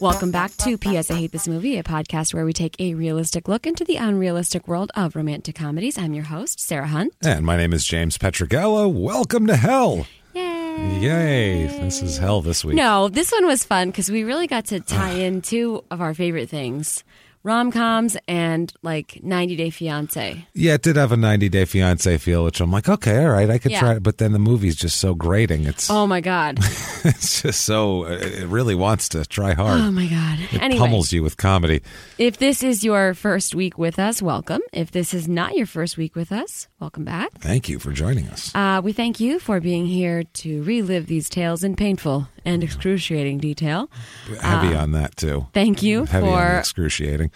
Welcome back to PS I Hate This Movie, a podcast where we take a realistic look into the unrealistic world of romantic comedies. I'm your host, Sarah Hunt. And my name is James Petragella. Welcome to hell. Yay. Yay. This is hell this week. No, this one was fun because we really got to tie in two of our favorite things rom coms and like 90 Day Fiance. Yeah, it did have a 90 Day Fiance feel, which I'm like, okay, all right, I could Yeah. try it. But then the movie's just so grating. It's, Oh my God. it's just so, it really wants to try hard. Oh my God. it anyway, pummels you with comedy. if this is your first week with us, welcome. If this is not your first week with us, welcome back. Thank you for joining us. Uh, we thank you for being here to relive these tales in painful and excruciating detail. Heavy on that, too. Thank you Heavy on the for excruciating.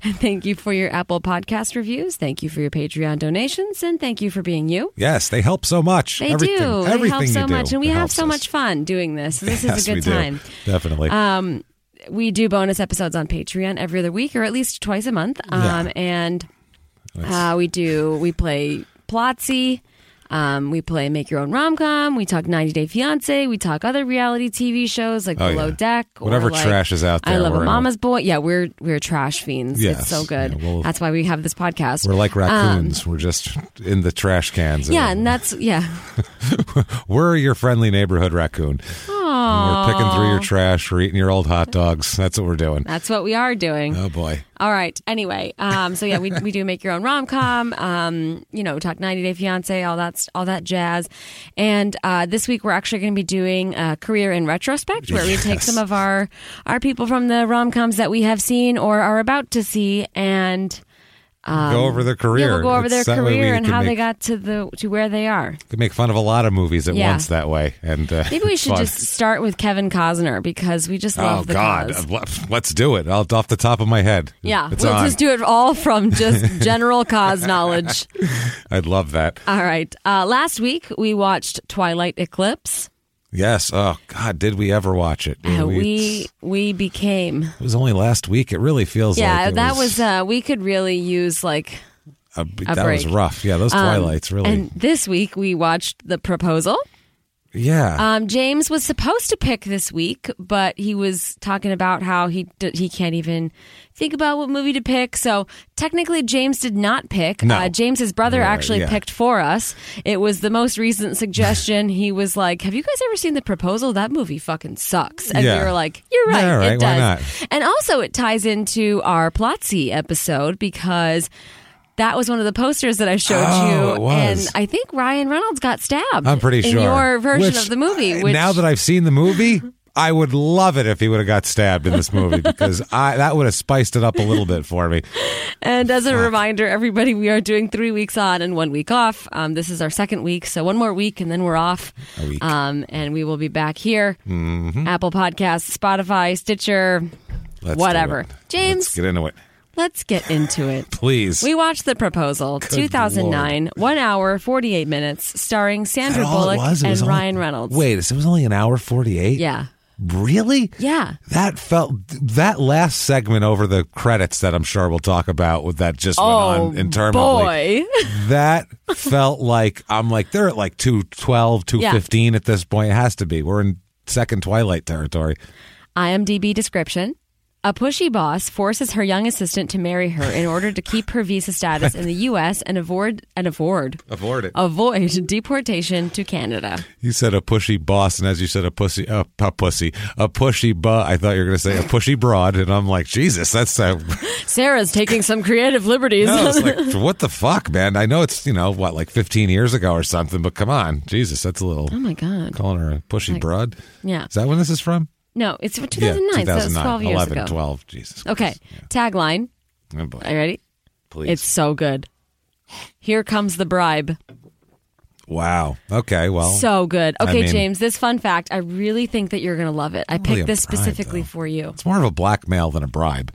thank you for your Apple Podcast reviews. Thank you for your Patreon donations, and thank you for being you. Yes, they help so much. They everything, do. Everything they help you so do, much, and we it have helps so us. much fun doing this. This yes, is a we good do. time. Uh, Definitely. We do bonus episodes on Patreon every other week, or at least twice a month. Um, And uh, we do we play Plotsy. Um, we play Make Your Own Rom Com. We talk 90 Day Fiance. We talk other reality TV shows like Oh, Below yeah. Deck. Whatever or like trash is out I there, Love we're a in it. Mama's Boy. Yeah, we're we're trash fiends. Yes. It's so good. Yeah, we'll- That's why we have this podcast. We're like Um, raccoons. We're just in the trash cans. yeah, and that's yeah. We're your friendly neighborhood raccoon. We're picking through your trash. We're eating your old hot dogs. That's what we're doing. That's what we are doing. Oh boy. All right. Anyway, um, so yeah, we, we do make your own rom com. Um, you know, talk ninety day fiance, all that all that jazz. And uh, this week we're actually going to be doing a career in retrospect, where we take Yes. some of our our people from the rom coms that we have seen or are about to see, and go over their um, yeah, career. we'll go over It's- their that way we career and can how they make- got to the to where they are. Can make fun of a lot of movies at Yeah. once that way. And uh, Maybe we should fun. just start with Kevin Cosner because we just love Oh the God! cause. Let- Let's do it. I'll off the top of my head. Yeah, it's we'll on. just do it all from just general cause knowledge. I'd love that. All right. Uh, last week we watched Twilight Eclipse. Yes. Oh God! Did we ever watch it? Uh, We- we we became It was only last week. It really feels yeah. like it that was, uh, we could really use like. a, a that was break. rough. Yeah, those um, twilights really. And this week we watched The Proposal. yeah. Um, James was supposed to pick this week, but he was talking about how he d- he can't even think about what movie to pick. So technically, James did not pick. No. Uh, James's brother Right, actually yeah. picked for us. It was the most recent suggestion. he was like, "Have you guys ever seen The Proposal? That movie fucking sucks." And Yeah. we were like, "You're right, Yeah, it right, why does." not? And also, it ties into our Plotsy episode because. That was one of the posters that I showed Oh, you, it was. and I think Ryan Reynolds got stabbed. I'm pretty in sure. your version Which, of the movie. uh, Which now that I've seen the movie, I would love it if he would have got stabbed in this movie because I that would have spiced it up a little bit for me. And as a reminder, everybody, we are doing three weeks on and one week off. Um, this is our second week, so one more week and then we're off. A week. Mm-hmm. Um, and we will be back here. Apple Podcasts, Spotify, Stitcher, Let's do whatever. it. Let's James, get into it, let's get into it. please. We watched The Proposal, 2009, one hour, 48 minutes, starring Is Sandra that all it Bullock was? It and was only- Ryan Reynolds. Wait, it was only an hour forty-eight. Yeah. really? Yeah. That felt that last segment over the credits that I'm sure we'll talk about with that just went Oh, on interminably. boy. that felt like I'm like they're at like 212 215 at this point it has to be we're in second twilight territory IMDb description. A pushy boss forces her young assistant to marry her in order to keep her visa status in the U.S. and avoid and avoid Avoid it. avoid deportation to Canada. You said a pushy boss, and as you said a pussy, a, a pussy, a pushy bu. I thought you were going to say a pushy broad, and I'm like, Jesus, that's uh, Sarah's taking some creative liberties. I was like, what the fuck, man? I know it's you know what, like 15 years ago or something, but come on, Jesus, that's a little. oh my god! Calling her a pushy broad. yeah. Is that when this is from? No, it's 2009. so that was 12 years 11, ago. 12. Jesus. Okay. Tagline. Oh, boy. Are you ready? Please. It's so good. Here comes the bribe. wow. Okay. Well. So good. Oh. I Okay, mean- James, this fun fact, I really think that you're going to love it. I really a picked this bribe, specifically though. for you. It's more of a blackmail than a bribe.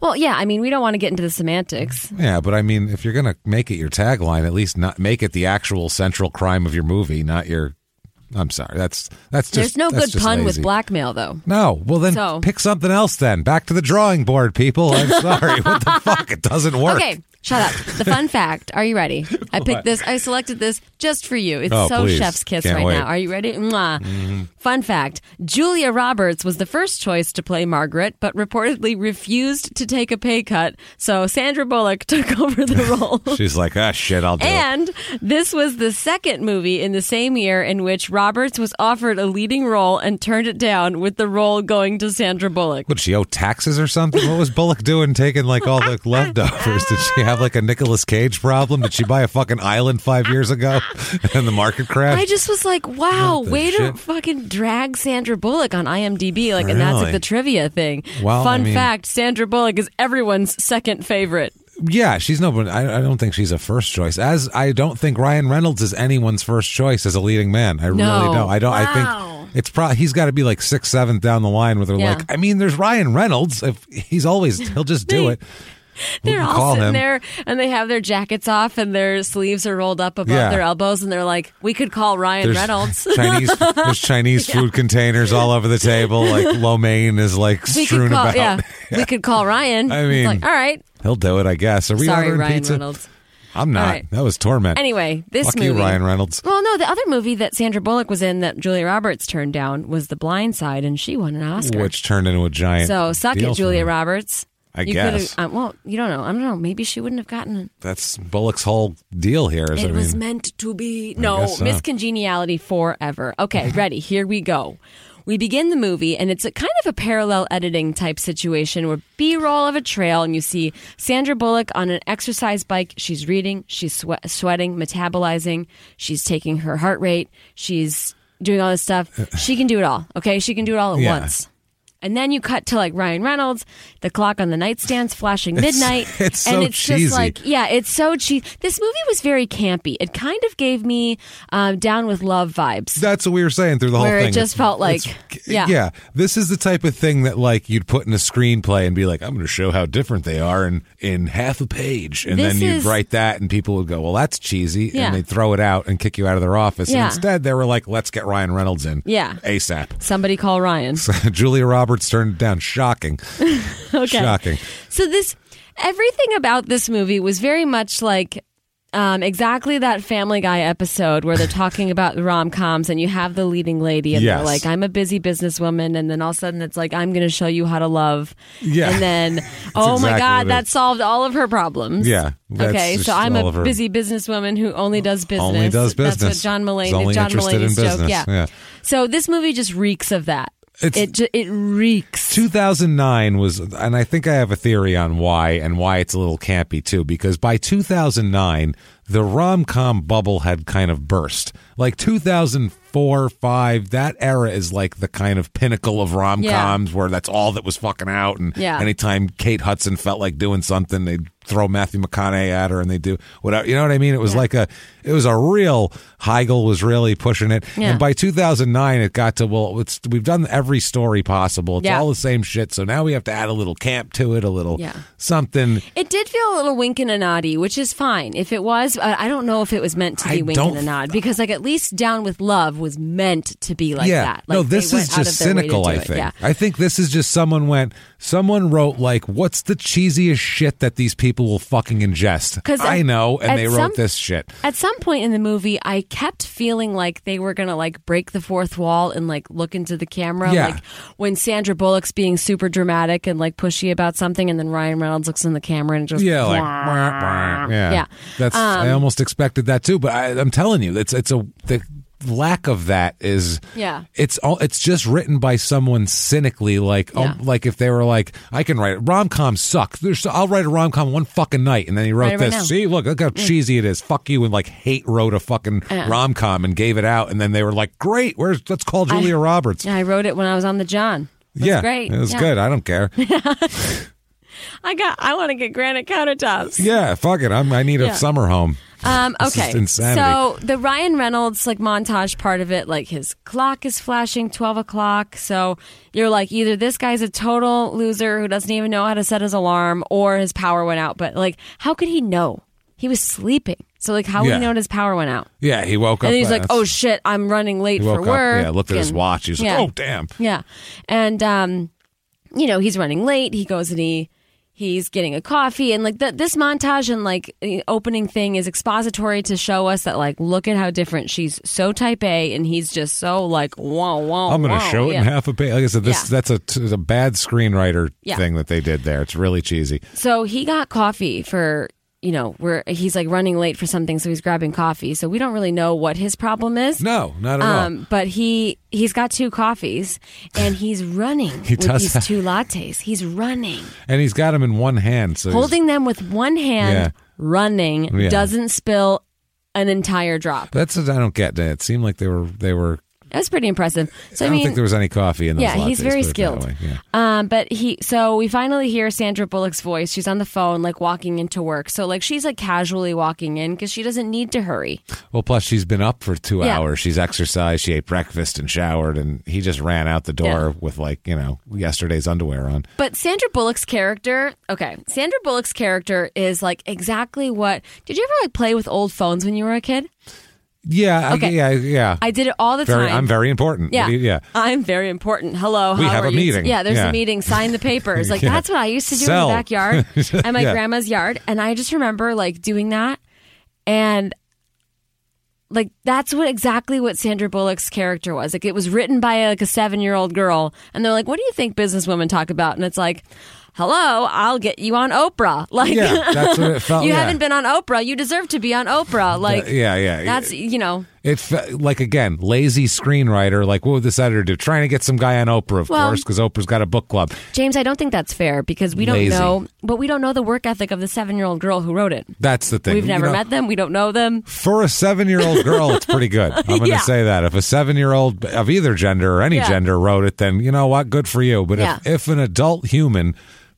Well, yeah, I mean, we don't want to get into the semantics. Yeah, but I mean, if you're going to make it your tagline, at least not make it the actual central crime of your movie, not your. I'm sorry. That's that's There's just. no that's good just pun lazy. with blackmail, though. No. Well, then So- pick something else. Then back to the drawing board, people. I'm sorry. what the fuck? It doesn't work. Okay, shut up. The fun fact. Are you ready? I picked this. I selected this just for you. It's Oh, so please. chef's kiss Can't right wait. Mm-hmm. now. Are you ready? Mwah. Fun fact. Julia Roberts was the first choice to play Margaret, but reportedly refused to take a pay cut, so Sandra Bullock took over the role. She's like, ah, shit. I'll do it. And this was the second movie in the same year in which Roberts was offered a leading role and turned it down, with the role going to Sandra Bullock. Would she owe taxes or something? What was Bullock doing taking like all the leftovers? Did she have like a Nicolas Cage problem? Did she buy a fucking island five years ago and the market I crashed? just was like, wow, What the way to shit? fucking drag Sandra Bullock on IMDb. Like, and that's like Really? the trivia thing. Well, I Fun mean- fact Sandra Bullock is everyone's second favorite. yeah, she's no. but I, I don't think she's a first choice. As I don't think Ryan Reynolds is anyone's first choice as a leading man. I No. really don't. I don't. I Wow. think it's probably he's got to be like six, seventh down the line where they're Yeah. like, I mean, there's Ryan Reynolds. If he's always he'll just do it. We They're can all call sitting him. there and they have their jackets off and their sleeves are rolled up above Yeah. their elbows and they're like, we could call Ryan Reynolds. Chinese there's Chinese food containers all over the table. Like lo mein is like we strewn could call, about. yeah, we could call Ryan. I It's mean- like, all right, He'll do it, I guess. Are we sorry, ordering Ryan pizza? Reynolds. I'm not. All right. That was torment. Anyway, this Fuck movie. you, Ryan Reynolds. Well, no, the other movie that Sandra Bullock was in that Julia Roberts turned down was The Blind Side, and she won an Oscar. Which turned into a giant. so suck deal it, for Julia her. Roberts. I you guess. could've- Um, well, you don't know. I don't know. Maybe she wouldn't have gotten it. That's Bullock's whole deal here. Is It I mean, was meant to be. No, guess so. Miss Congeniality forever. Okay, ready. Here we go. We begin the movie, and it's a kind of a parallel editing type situation where B roll of a trail, and you see Sandra Bullock on an exercise bike. She's reading, she's swe- sweating, metabolizing, she's taking her heart rate, she's doing all this stuff. She can do it all, okay? She can do it all at Yeah. once. And then you cut to like Ryan Reynolds, the clock on the nightstand's flashing midnight. it's and so it's cheesy. just like, yeah, it's so cheap. This movie was very campy. It kind of gave me um, down with love vibes. that's what we were saying through the whole Where it thing. just felt like- it's- yeah. yeah. This is the type of thing that like you'd put in a screenplay and be like, I'm going to show how different they are in in half a page, and This then you'd is- write that, and people would go, Well, that's cheesy, Yeah. and they'd throw it out and kick you out of their office. Yeah. And instead, they were like, Let's get Ryan Reynolds in, Yeah. ASAP. Somebody call Ryan. Julia Roberts turned it down. Shocking. Okay. Shocking. So this everything about this movie was very much like um, exactly that Family Guy episode where they're talking about rom coms and you have the leading lady and they're Yes. like, "I'm a busy businesswoman," and then all of a sudden it's like, "I'm going to show you how to love," Yeah. and then, "Oh my exactly what God, it that is. solved all of her problems." Yeah, that's Okay, just so I'm all a of her- busy businesswoman who only does business. Only does That's business. what John Mulaney. Is only John interested in Mulaney's joke. business, Yeah. yeah. So this movie just reeks of that. It's- it ju- it reeks. 2009 was, and I think I have a theory on why and why it's a little campy too, because by 2009, the rom com bubble had kind of burst. Like 2004, 5, that era is like the kind of pinnacle of rom coms where that's all that was fucking out. And Yeah. anytime Kate Hudson felt like doing something, they'd throw Matthew McConaughey at her and they do whatever. You know what I mean? It was like a, it was a real, Heigl was really pushing it. Yeah. And by 2009, it got to, well, it's, we've done every story possible. It's Yeah. all the same shit. So now we have to add a little camp to it, a little Yeah. something. It did feel a little wink and a noddy, which is fine. If it was, uh, I I don't know if it was meant to be I wink don't- and a nod because, like, at least Down with Love was meant to be like yeah. that. Like, no, they this went is out just of their way to cynical, do I it. think. Yeah. I think this is just someone went, someone wrote, like, what's the cheesiest shit that these people will fucking ingest? 'Cause I at- know, and at they wrote some- this shit. At some point in the movie, I kept feeling like they were gonna like break the fourth wall and like look into the camera. Yeah. Like when Sandra Bullock's being super dramatic and like pushy about something, and then Ryan Reynolds looks in the camera and just Yeah, like, "Wah, wah." yeah. Yeah. Um, That's, I almost expected that too, but I, I'm telling you, it's, it's a, the lack of that is, Yeah. it's all, it's just written by someone cynically, like, oh, Yeah. like if they were like, I can write it. Rom coms suck. There's, I'll write a rom com one fucking night, and then he wrote Write it right this. now. Mm. See, look, look how cheesy it is. Fuck you, and like hate wrote a fucking rom com and gave it out, and then they were like, great, where's let's call Julia Roberts. Yeah, I wrote it when I was on the John. That's yeah, great. It was Yeah. good. I don't care. I got. I want to get granite countertops. yeah, fuck it. I'm, I need a Yeah. summer home. Um, This is okay. insanity. So the Ryan Reynolds like montage part of it, like his clock is flashing twelve o'clock. So you're like, either this guy's a total loser who doesn't even know how to set his alarm, or his power went out. But like, how could he know? He was sleeping. So like, how would Yeah. he know his power went out? Yeah, he woke up. And then he's like, uh, oh shit, I'm running late He for woke work. up. Yeah, looked at his And- watch. He was yeah. like, oh, damn. Yeah. And um, you know, he's running late. He goes and he he's getting a coffee and like the, this montage and like the opening thing is expository to show us that like look at how different she's so type A and he's just so like whoa whoa. I'm going to whoa. show it in Yeah. half a page. Like I said, this Yeah. that's a, t- a bad screenwriter Yeah. thing that they did there. It's really cheesy. So he got coffee for you know where he's like running late for something, so he's grabbing coffee. So we don't really know what his problem is. No, not at all. Um, but he he's got two coffees and he's running He with does these have- two lattes. He's running. And he's got him in one hand. So he's- holding them with one hand, Yeah. running, Yeah. doesn't spill an entire drop. that's what I don't get. It seemed like they were they were. That's pretty impressive. So I I, don't mean, think there was any coffee in those. yeah, he's lattes, very put it that skilled. way. Yeah. Um, but he, so we finally hear Sandra Bullock's voice. She's on the phone, like walking into work. So like she's like casually walking in because she doesn't need to hurry. Well, plus she's been up for two Yeah. hours. She's exercised. She ate breakfast and showered, and he just ran out the door with like you know yesterday's underwear on. But Sandra Bullock's character, okay, Sandra Bullock's character is like exactly what. Did you ever like play with old phones when you were a kid? Yeah, I- Okay. yeah, yeah. I did it all the very, time. I'm very important. Yeah. What do you- yeah. I'm very important. Hello. We how have are a you? meeting. Yeah, there's Yeah. a meeting. Sign the papers. Like, Yeah. that's what I used to do Sell. in the backyard at my Yeah. grandma's yard. And I just remember, like, doing that. And, like, that's what exactly what Sandra Bullock's character was. Like, it was written by, like, a seven year old girl. And they're like, what do you think businesswomen talk about? And it's like, hello, I'll get you on Oprah. Like, Yeah, that's what it felt. you yeah. haven't been on Oprah. You deserve to be on Oprah. Like, Uh, yeah, yeah. That's, you know. It fe- like again, lazy screenwriter. Like, what would this editor do? Trying to get some guy on Oprah, of Well- course, because Oprah's got a book club. James, I don't think that's fair because we don't Lazy. know, but we don't know the work ethic of the seven-year-old girl who wrote it. That's the thing. We've You never know, met them. We don't know them. For a seven-year-old girl, it's pretty good. I'm going to Yeah. say that. If a seven-year-old of either gender or any Yeah. gender wrote it, then you know what? Good for you. But Yeah. if, if an adult human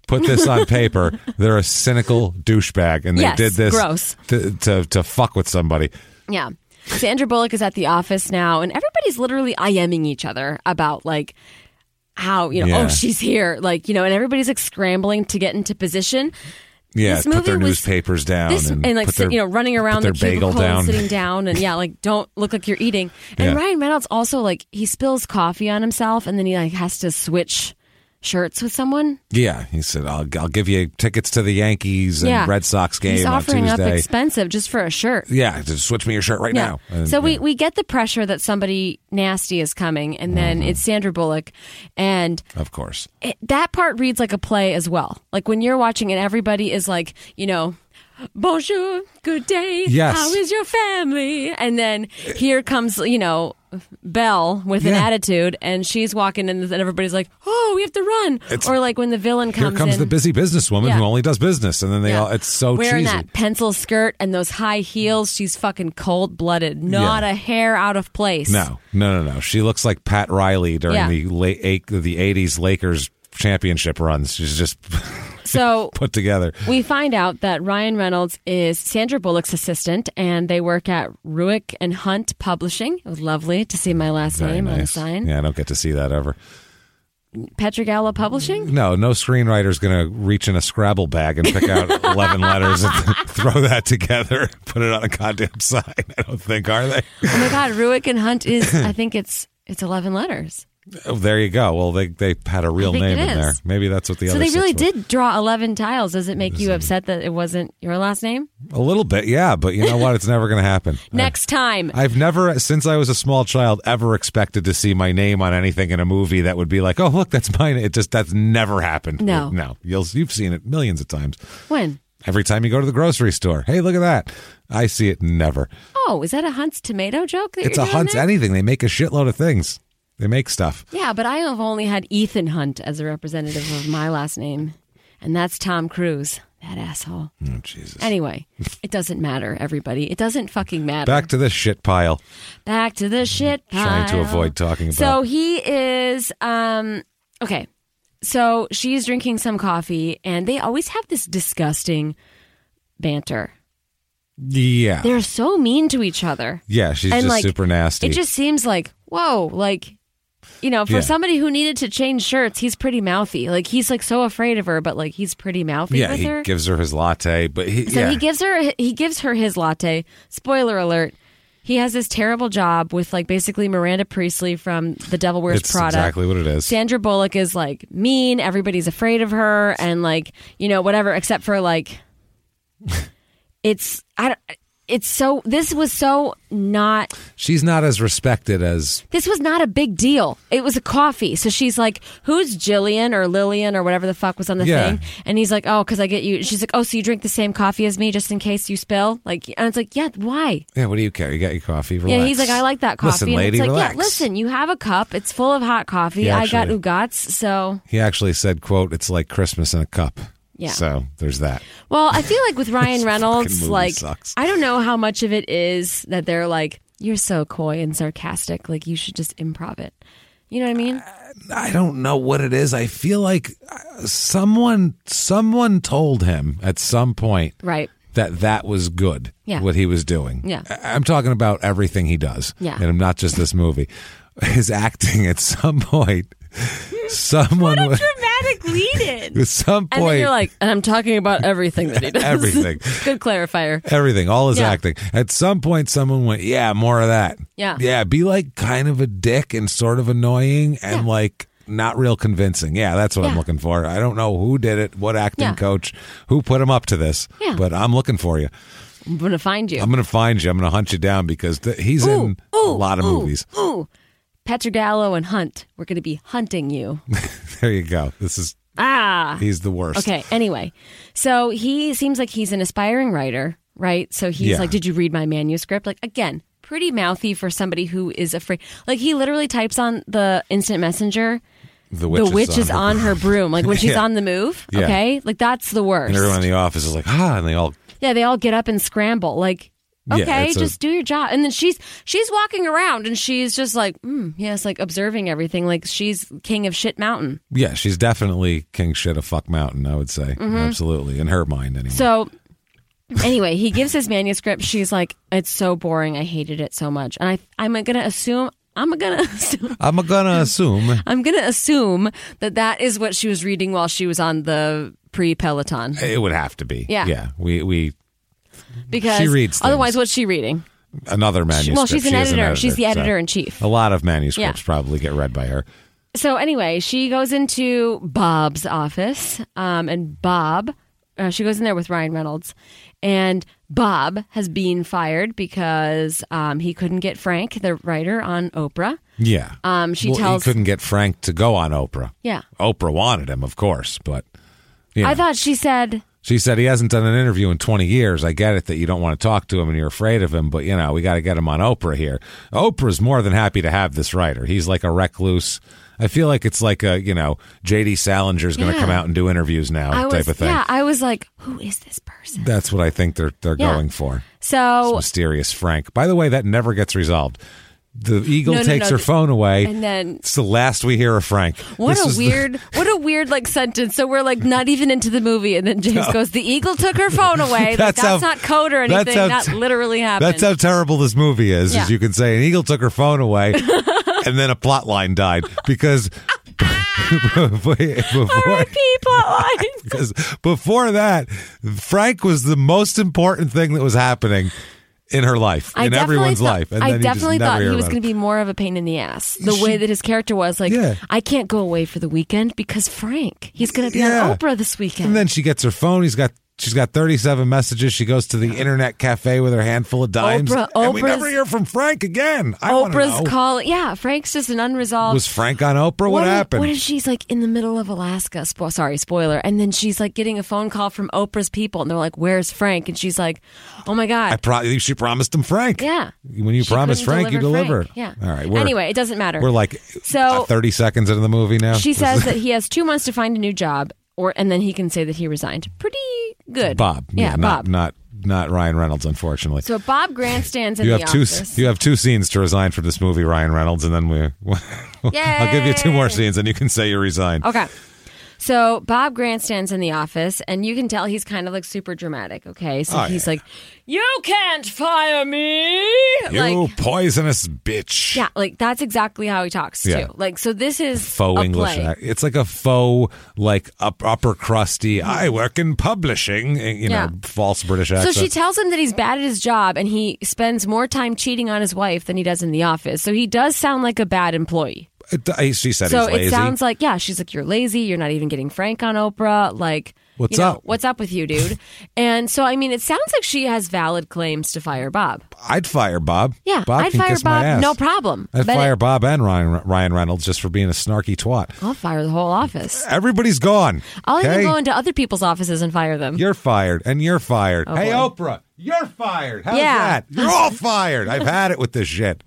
put this on paper, they're a cynical douchebag, and they Yes, did this gross. To, to to fuck with somebody. Yeah. Sandra Bullock is at the office now, and everybody's literally IMing each other about like how you know Yeah. oh she's here like you know, and everybody's like scrambling to get into position. Yeah, This put their movie was- newspapers down This and, and, like put sit- their- you know running put around their the cubicle bagel down. and sitting down and yeah like don't look like you're eating and Yeah. Ryan Reynolds also like he spills coffee on himself and then he like has to switch shirts with someone Yeah, he said, "I'll, I'll give you tickets to the Yankees and Red Sox game He's on offering up Tuesday." expensive just for a shirt. yeah, just switch me your shirt right now. And, so we, yeah. we get the pressure that somebody nasty is coming, and then Mm-hmm. it's Sandra Bullock, and of course, it, that part reads like a play as well. Like when you're watching it, everybody is like, you know. Bonjour, good day. Yes. How is your family? And then here comes, you know, Belle with an Yeah. attitude, and she's walking in, and everybody's like, "Oh, we have to run!" or like when the villain here comes, comes in, the busy businesswoman Yeah. who only does business, and then they Yeah. all—it's so wearing cheesy. that pencil skirt and those high heels. She's fucking cold blooded, not Yeah. a hair out of place. No, no, no, no. She looks like Pat Riley during Yeah. the late eight, the '80s Lakers championship runs. She's just So put together. we find out that Ryan Reynolds is Sandra Bullock's assistant, and they work at Ruick and Hunt Publishing. It was lovely to see my last Very name on the nice. sign. Yeah, I don't get to see that ever. Patrick Alla Publishing? No, no screenwriter's going to reach in a Scrabble bag and pick out 11 letters and throw that together and put it on a goddamn sign. I don't think, are they? Oh my God, Ruick and Hunt is. I think it's it's eleven letters. Oh, there you go. Well, they, they had a real think name it in there. is. Maybe that's what the So other they really six were. did draw eleven tiles. Does it make you upset that it wasn't your last name? A little bit, yeah, but you know what? It's never going to happen. Next time. I've never, since I was a small child, ever expected to see my name on anything in a movie that would be like, "Oh, look, that's mine." It just that's never happened. No. no, you'll you've seen it millions of times. When? Every time you go to the grocery store, hey, look at that! I see it never. Oh, is that a Hunt's tomato joke? That It's you're a doing hunt's there? anything. They make a shitload of things. They make stuff. Yeah, but I have only had Ethan Hunt as a representative of my last name, and that's Tom Cruise. That asshole. Oh Jesus! Anyway, it doesn't matter, everybody. It doesn't fucking matter. Back to this shit pile. Back to the shit pile. Trying to avoid talking So about- he is um okay. So she's drinking some coffee and they always have this disgusting banter. Yeah, They're so mean to each other. yeah. She's and just like super nasty. It just seems like, whoa, like you know, for Yeah. somebody who needed to change shirts, he's pretty mouthy. Like he's like so afraid of her, but like he's pretty mouthy yeah, with he her. gives her his latte, but he, So yeah. he gives her he gives her his latte. Spoiler alert. He has this terrible job with like basically Miranda Priestley from The Devil Wears it's Prada. exactly what it is. Sandra Bullock is like mean, everybody's afraid of her and like, you know, whatever except for like it's I don't- it's so this was so not She's not as respected as this was not a big deal. It was a coffee. So she's like, "Who's Jillian or Lillian or whatever the fuck was on the Yeah. thing?" And he's like, "Oh, because I get you." She's like, "Oh, so you drink the same coffee as me just in case you spill?" Like, and it's like, "Yeah, why?" Yeah, what do you care? You got your coffee. Relax. Yeah, he's like, "I like that coffee." Listen, and lady, it's like, relax. "Yeah, listen, you have a cup. It's full of hot coffee. He I got actually- Ugats." So, He actually said, "quote It's like Christmas in a cup." Yeah. So there's that. well, I feel like with Ryan fucking Reynolds, movie like sucks. I don't know how much of it is that they're like, "You're so coy and sarcastic. Like you should just improv it." You know what I mean? Uh, I don't know what it is. I feel like uh, someone someone told him at some point Right. that that was good. Yeah. What he was doing. Yeah. I- I'm talking about everything he does. Yeah. And not just this movie. His acting at some point. Someone was- Dramatic lead in. at some And point. then you're like, and I'm talking about everything that he does. Everything. Good clarifier. Everything, all his Yeah. acting. At some point, someone went, "Yeah, more of that." Yeah. yeah. Be like kind of a dick and sort of annoying and Yeah. like not real convincing. Yeah, that's what I'm Yeah. looking for. I don't know who did it, what acting Yeah. coach, who put him up to this, Yeah. but I'm looking for you. I'm gonna find you. I'm gonna find you. I'm gonna hunt you down because th- he's in a lot of ooh, movies. Ooh, Petrogallo and Hunt. We're gonna be hunting you. There you go. This is Ah. he's the worst. Okay. Anyway, so he seems like he's an aspiring writer, right? So he's Yeah. like, "Did you read my manuscript?" Like again, pretty mouthy for somebody who is afraid. Like he literally types on the instant messenger. The witch, the witch is, her- on her broom, like when she's on the move. Yeah. Okay, like that's the worst. and everyone in the office is like, ah, and they all Yeah, they all get up and scramble. Like, Yeah, okay, it's a- just do your job. And then she's she's walking around and she's just like, mm, yes, like observing everything. Like she's king of shit mountain. Yeah, she's definitely king shit of fuck mountain. I would say absolutely in her mind anyway. Mm-hmm. So anyway, he gives his manuscript. She's like, it's so boring. I hated it so much. And I I'm gonna assume I'm gonna assume, I'm Mm-hmm. gonna assume. I'm gonna assume that that is what she was reading while she was on the pre Peloton It would have to be. Yeah. Yeah. We we because She reads things. otherwise, what's she reading? another She- manuscript. well, she's an, She is editor. She's the so editor in chief. A lot of manuscripts Yeah. probably get read by her. so anyway, she goes into Bob's office, um, and Bob, uh, she goes in there with Ryan Reynolds, and Bob has been fired because um, he couldn't get Frank, the writer on Oprah. Yeah. Um, she Well, tells- He couldn't get Frank to go on Oprah. Yeah. Oprah wanted him, of course, but you know. I thought she said, she said he hasn't done an interview in 20 years. I get it that you don't want to talk to him and you're afraid of him, but you know, we got to get him on Oprah here. Oprah's more than happy to have this writer. He's like a recluse. I feel like it's like a, you know, JD Salinger's going to Yeah. come out and do interviews now I type was, of thing. yeah, I was like, who is this person? That's what I think they're they're Yeah. going for. So mysterious Frank. By the way, that never gets resolved. The eagle No, no, takes no. her phone away, And then- it's the last we hear of Frank. What This is a the- weird, what a weird like sentence. So we're like not even into the movie, and then James goes, "The eagle took her phone away." Like, that's That's how- not code or that's anything. how- that literally happened. that's how terrible this movie is. Yeah. Is you can say an eagle took her phone away, and then a plot line died because before, R.I.P. plotline. 'cause before that, Frank was the most important thing that was happening in her life, in definitely everyone's thought- life. I definitely thought he was going going to be more of a pain in the ass. The way that his character was, like, Yeah. I can't go away for the weekend because Frank, he's going to be Yeah. on Oprah this weekend. And then she gets her phone. He's got. She's got 37 messages. She goes to the internet cafe with her handful of dimes. Oprah- and we Oprah's- never hear from Frank again. I wanna Oprah's know. call. Yeah, Frank's just an unresolved. Was Frank on Oprah? What, if- happened? what if she's like in the middle of Alaska? Spo- sorry, spoiler. And then she's like getting a phone call from Oprah's people, and they're like, "Where's Frank?" And she's like, "Oh my god, I pro- she promised him Frank. yeah." When you She promise couldn't Frank, you deliver. Frank. Yeah. All right, we're- Anyway, it doesn't matter. We're like So- uh, 30 seconds into the movie now. She This says is- that he has two months to find a new job, or and then he can say that he resigned. Pretty good, Bob. Yeah, not, Bob. Not, not Ryan Reynolds, unfortunately. so Bob grandstands in you the have two. office. You have two scenes to resign from this movie, Ryan Reynolds, and then we. I'll give you two more scenes, and you can say you resigned. Okay. So Bob grandstands in the office, and you can tell he's kind of like super dramatic. Okay, so Oh, he's yeah. like, "You can't fire me!" You like, poisonous bitch. yeah, like that's exactly how he talks Yeah. too. Like, so this is Faux a English. play. act. It's like a faux, like up, upper crusty. I work in publishing. eh, You know, Yeah. false British accent. So she tells him that he's bad at his job and he spends more time cheating on his wife than he does in the office. So he does sound like a bad employee. It- she said so he's lazy. it sounds like, yeah, she's like, you're lazy. You're not even getting Frank on Oprah. Like, What's you know, up? What's up with you, dude? and so, I mean, it sounds like she has valid claims to fire Bob. I'd fire Bob. Yeah, Bob I'd can fire kiss my Bob, ass. no problem. I'd But fire it- Bob and Ryan, Ryan Reynolds just for being a snarky twat. I'll fire the whole office. Everybody's gone. I'll okay? even go into other people's offices and fire them. You're fired, and you're fired. hey, Oh, boy. Oprah, you're fired. How's Yeah. that? You're all fired. I've had it with this shit.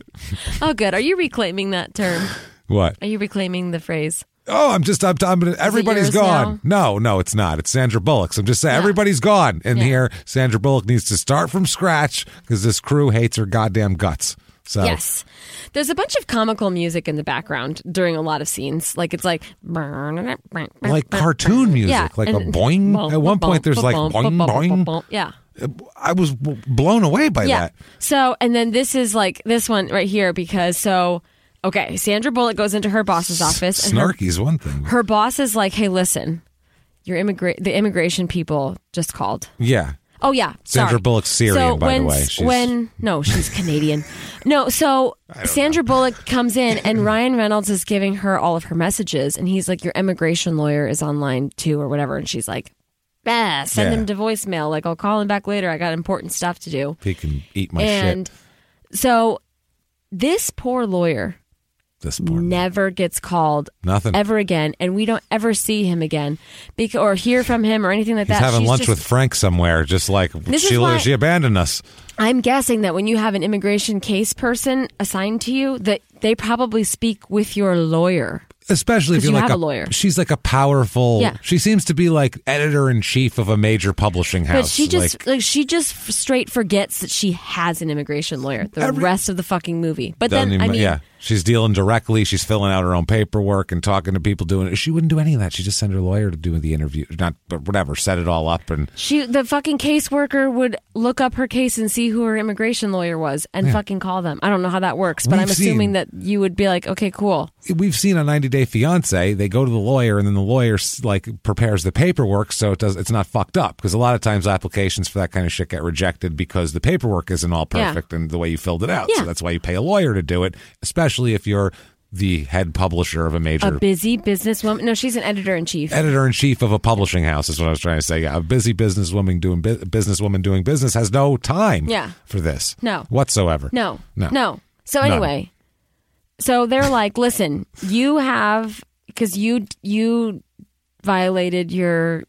oh, good. Are you reclaiming that term? What? Are you reclaiming the phrase? Oh, I'm just, I'm, I'm everybody's yours gone. No, no, it's not. It's Sandra Bullock's. I'm just saying, everybody's gone in Yeah. here. Sandra Bullock needs to start from scratch because this crew hates her goddamn guts. So, Yes. There's a bunch of comical music in the background during a lot of scenes. Like it's like like like cartoon music, like a boing. At one point, there's like boing, boing. Yeah. I was w- blown away by Yeah. that. So and then this is like this one right here because so okay, Sandra Bullock goes into her boss's office and her, Snarky is one thing. her boss is like, "Hey, listen. Your immigra- the immigration people just called." yeah. Oh yeah, Sandra sorry. Bullock's Syrian, So by the when, way. She's- When no, she's Canadian. no, so Sandra Bullock comes in, and Ryan Reynolds is giving her all of her messages, and he's like, "Your immigration lawyer is online too, or whatever," and she's like. Bah, send Yeah. him to voicemail. Like I'll call him back later. I got important stuff to do. He can eat my and shit. so this poor lawyer This porn. never gets called Nothing. ever again, and we don't ever see him again, bec- or hear from him or anything like He's that. having She's lunch just- with Frank somewhere, just like is she, why- she abandoned us. I'm guessing that when you have an immigration case person assigned to you, that they probably speak with your lawyer. Especially if 'Cause you're you like have a lawyer. She's like a powerful. Yeah. She seems to be like editor in chief of a major publishing house. But she just Like, like, she just f- straight forgets that she has an immigration lawyer the Every- rest of the fucking movie. But then doesn't even- I mean, yeah, she's dealing directly. She's filling out her own paperwork and talking to people. Doing it. She wouldn't do any of that. She just sent her lawyer to do the interview. Not, but whatever. Set it all up and she the fucking caseworker would look up her case and see who her immigration lawyer was and fucking call them. I don't know how that works, but We've I'm assuming seen- that you would be like, okay, cool. we've seen a 90 day fiance they go to the lawyer and then the lawyer like prepares the paperwork so it does it's not fucked up because a lot of times applications for that kind of shit get rejected because the paperwork isn't all Yeah. perfect and the way you filled it out Yeah. so that's why you pay a lawyer to do it especially if you're the head publisher of a A major busy businesswoman. No, she's an editor in chief. editor in chief of a publishing house is what I was trying to say yeah, a busy businesswoman doing bu- businesswoman doing business has no time Yeah. for this No. whatsoever No. no So None. anyway, so they're like, listen, you have because you you violated your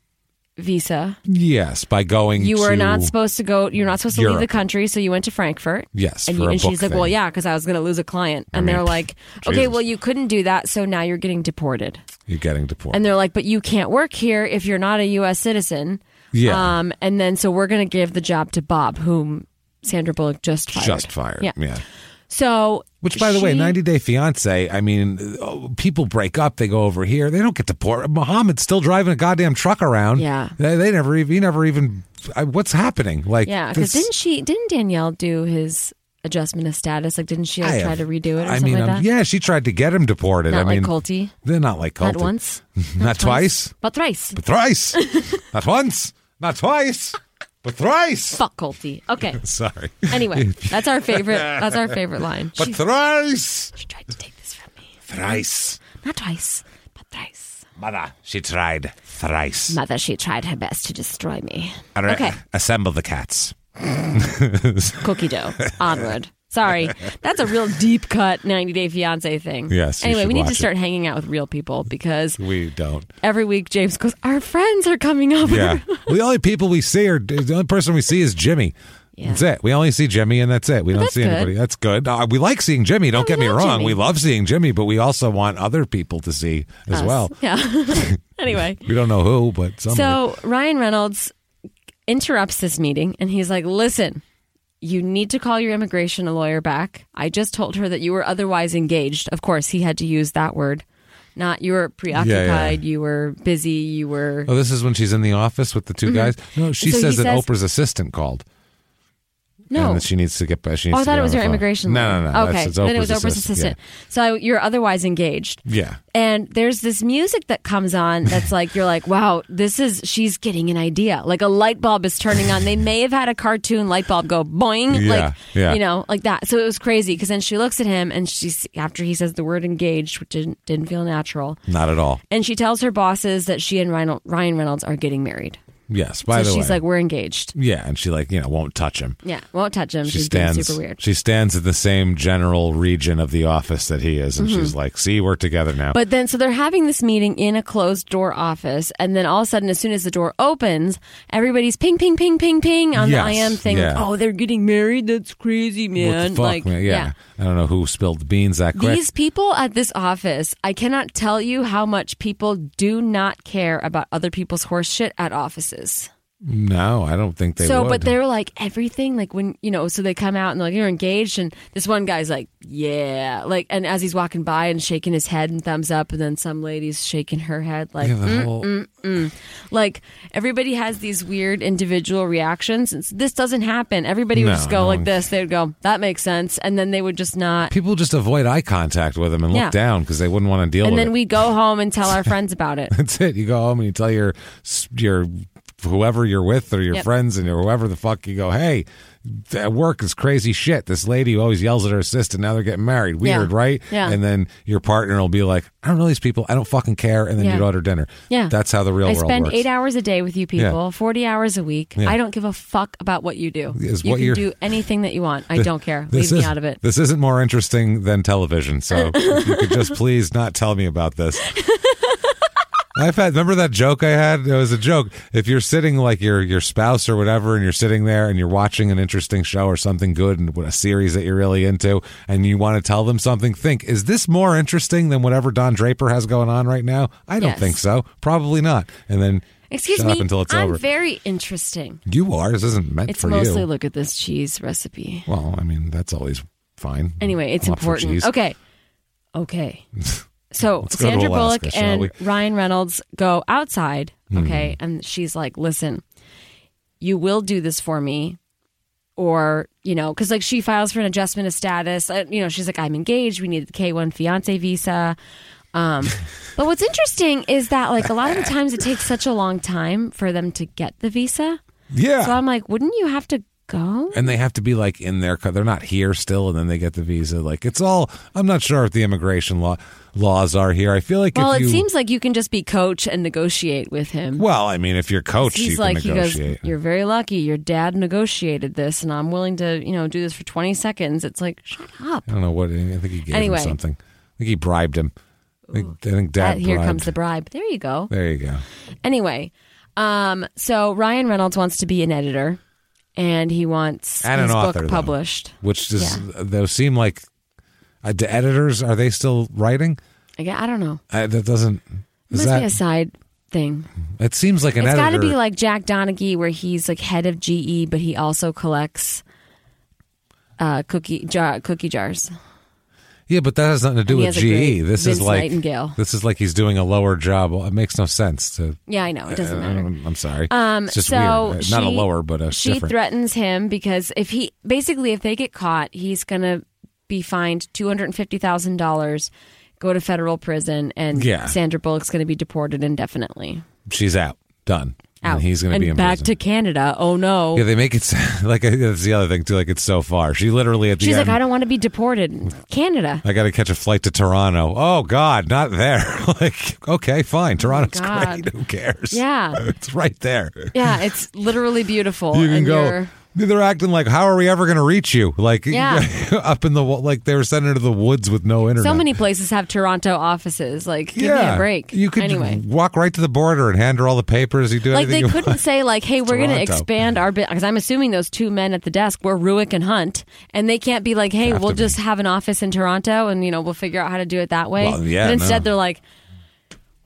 visa. yes by going You were to- not supposed to go. You're not supposed to leave Europe. the country. So you went to Frankfurt. Yes, And, for you, a and book she's like, well, thing. yeah, because I was going to lose a client. And mean, they're like, okay, Jesus. well, you couldn't do that, so now you're getting deported. you're getting deported And they're like, but you can't work here if you're not a U.S. citizen. Yeah. Um, and then so we're going to give the job to Bob, whom Sandra Bullock just fired. just fired Yeah. yeah. So Which, by the way, she- 90 Day Fiance, I mean, oh, people break up, they go over here, they don't get deported. Mohammed's still driving a goddamn truck around. Yeah. They, they e, never even, he never even, I, what's happening? Like, Yeah, because this- didn't she? Didn't Danielle do his adjustment of status? Like, didn't she like, I try have- to redo it or I something mean, like that? um, yeah, she tried to get him deported. Not I mean, like Colty. They're not like Colty. Not once. not, twice, But thrice. but thrice. not once, not twice, but thrice. Fuck Colty. Okay. Sorry, Anyway, that's our favorite. That's our favorite line. but She, thrice, she tried to take this from me. thrice. Not twice, but thrice. Mother, she tried thrice. Mother, she tried her best to destroy me. All right, Okay. assemble the cats. Cookie dough. Onward. Sorry. That's a real deep cut 90 Day Fiance thing. Yes, you Anyway, should we need to watch it. start hanging out with real people because We don't. every week James goes, Our friends are coming over. Yeah, the only people we see are the only person we see is Jimmy. Yeah. That's it. We only see Jimmy, and that's it. We don't that's see anybody. good. Oh, That's good. Uh, we like seeing Jimmy. Don't we get me love wrong. Jimmy. We love seeing Jimmy, but we also want other people to see as Us. well. Yeah. anyway. We don't know who, but somebody. So Ryan Reynolds interrupts this meeting and he's like, Listen, you need to call your immigration lawyer back. I just told her that you were otherwise engaged. Of course, he had to use that word. Not you were preoccupied, you were busy, you were. Oh, this is when she's in the office with the 2 guys. No, she Mm-hmm. So he says that says- Oprah's assistant called. No. and that she needs to get. She needs Oh, I thought to it get on was the your phone. immigration No, lawyer. no, no. Okay. That's, it's then it was Oprah's Oprah's assistant. So you're otherwise engaged. Yeah. yeah. And there's this music that comes on that's like, you're like, wow, this is, she's getting an idea. Like a light bulb is turning on. They may have had a cartoon light bulb go boing, Yeah, like, yeah. you know, like that. So it was crazy because then she looks at him and she's, after he says the word engaged, which didn't, didn't feel natural, Not at all. and she tells her bosses that she and Ryan, Ryan Reynolds are getting married. Yes. By so the she's way. like, we're engaged. yeah, and she like you know won't touch him. Yeah, won't touch him. She she's being stands. super weird. She stands in the same general region of the office that he is, and Mm-hmm. she's like, "See, we're together now." But then, so they're having this meeting in a closed door office, and then all of a sudden, as soon as the door opens, everybody's ping, ping, ping, ping, ping on Yes, the I am thing. like, yeah. oh, they're getting married. That's crazy, what man. the fuck, like, man? Yeah. I don't know who spilled the beans that quick. These people at this office, I cannot tell you how much people do not care about other people's horse shit at offices. no, I don't think they. so, would. but they're like everything, like when you know, so they come out and they're like you're engaged, and this one guy's like, yeah, like, and as he's walking by and shaking his head and thumbs up, and then some lady's shaking her head, like, Yeah, the whole- Like everybody has these weird individual reactions. And this doesn't happen. Everybody would No, just go no. like this. They would go, "That makes sense," and then they would just not. people just avoid eye contact with him and Yeah. look down because they wouldn't want to deal And with then it. we go home and tell our friends about it. That's it. You go home and you tell your your whoever you're with or your Yep. friends and your whoever the fuck you go. Hey, at work is crazy shit. This lady who always yells at her assistant. Now they're getting married. Weird, Yeah. right? Yeah. And then your partner will be like, I don't know these people. I don't fucking care. And then Yeah. you'd order dinner. Yeah, That's how the real I world spend works. eight hours a day with you people, Yeah. forty hours a week. I don't give a fuck about what you do. Is you what can you're- do anything that you want. I don't care. This Leave me is- out of it. This isn't more interesting than television. So if you could just please not tell me about this. I've had remember that joke I had? It was a joke. If you're sitting like your your spouse or whatever, and you're sitting there and you're watching an interesting show or something good and what a series that you're really into, and you want to tell them something, think, is this more interesting than whatever Don Draper has going on right now? I don't Yes. think so. Probably not. And then Excuse shut me. up until it's I'm over. very interesting. you are. This isn't meant It's for mostly you. look at this cheese recipe. well, I mean, that's always fine. Anyway, it's I'm up for important. cheese. Okay. Okay. So Let's go to Sandra Alaska, Bullock shall and we? Hmm. Ryan Reynolds go outside. Okay. And she's like, listen, you will do this for me. Or, you know, because like she files for an adjustment of status. Uh, You know, she's like, I'm engaged. We need the K 1 fiance visa. Um, but what's interesting is that like a lot of the times it takes such a long time for them to get the visa. Yeah. So I'm like, wouldn't you have to go? and they have to be like in their co- they're not here still and then they get the visa like it's all i'm not sure if the immigration law laws are here i feel like Well, if you it seems like you can just be coach and negotiate with him. well i mean if you're coach you he's can like he negotiate goes you're very lucky your dad negotiated this and i'm willing to you know do this for 20 seconds it's like shut up i don't know what i think he gave Anyway. him something i think he bribed him i think, I think dad Uh, here bribed. comes the bribe there you go there you go anyway um, so ryan reynolds wants to be an editor and he wants And an his author, though. book published which does those seem like uh, the editors are they still writing I gue- i don't know uh, that doesn't it is must that be a side thing it seems like an it's got editor to be like jack donaghy where he's like head of ge but he also collects uh, cookie jar, cookie jars Yeah, but that has nothing to do And he with has a great GE. This is Vince like Nightingale. this is like he's doing a lower job. Well, It makes no sense to. Yeah, I know. It doesn't I- matter. I'm, I'm sorry. Um, it's just so weird. Uh, Not a she- lower, but a she different. threatens him because if he basically if they get caught, he's gonna be fined two hundred and fifty thousand dollars, go to federal prison, and Yeah. Sandra Bullock's gonna be deported indefinitely. She's out. Done. Out. And he's going to And be in back prison. to Canada. Oh no. Yeah, they make it sound like uh, that's the other thing too. Like it's so far. She literally at the She's end. like, I don't want to be deported. Canada. I got to catch a flight to Toronto. Oh God, not there. like okay, fine. Toronto's Oh God. great. Who cares? Yeah. it's right there. Yeah, it's literally beautiful. You can and go. you're- They're acting like, how are we ever going to reach you? Like Yeah. up in the wa- like they were sent into the woods with no internet. So many places have Toronto offices. Like, give yeah, me a break. You could anyway. walk right to the border and hand her all the papers. You do Like they anything you couldn't want. say like, "Hey, we're going to Toronto. expand our bit," because I'm assuming those two men at the desk were Ruick and Hunt, and they can't be like, "Hey, Have to we'll be. just have an office in Toronto, and you know, we'll figure out how to do it that way." Well, yeah, but instead, no. they're like,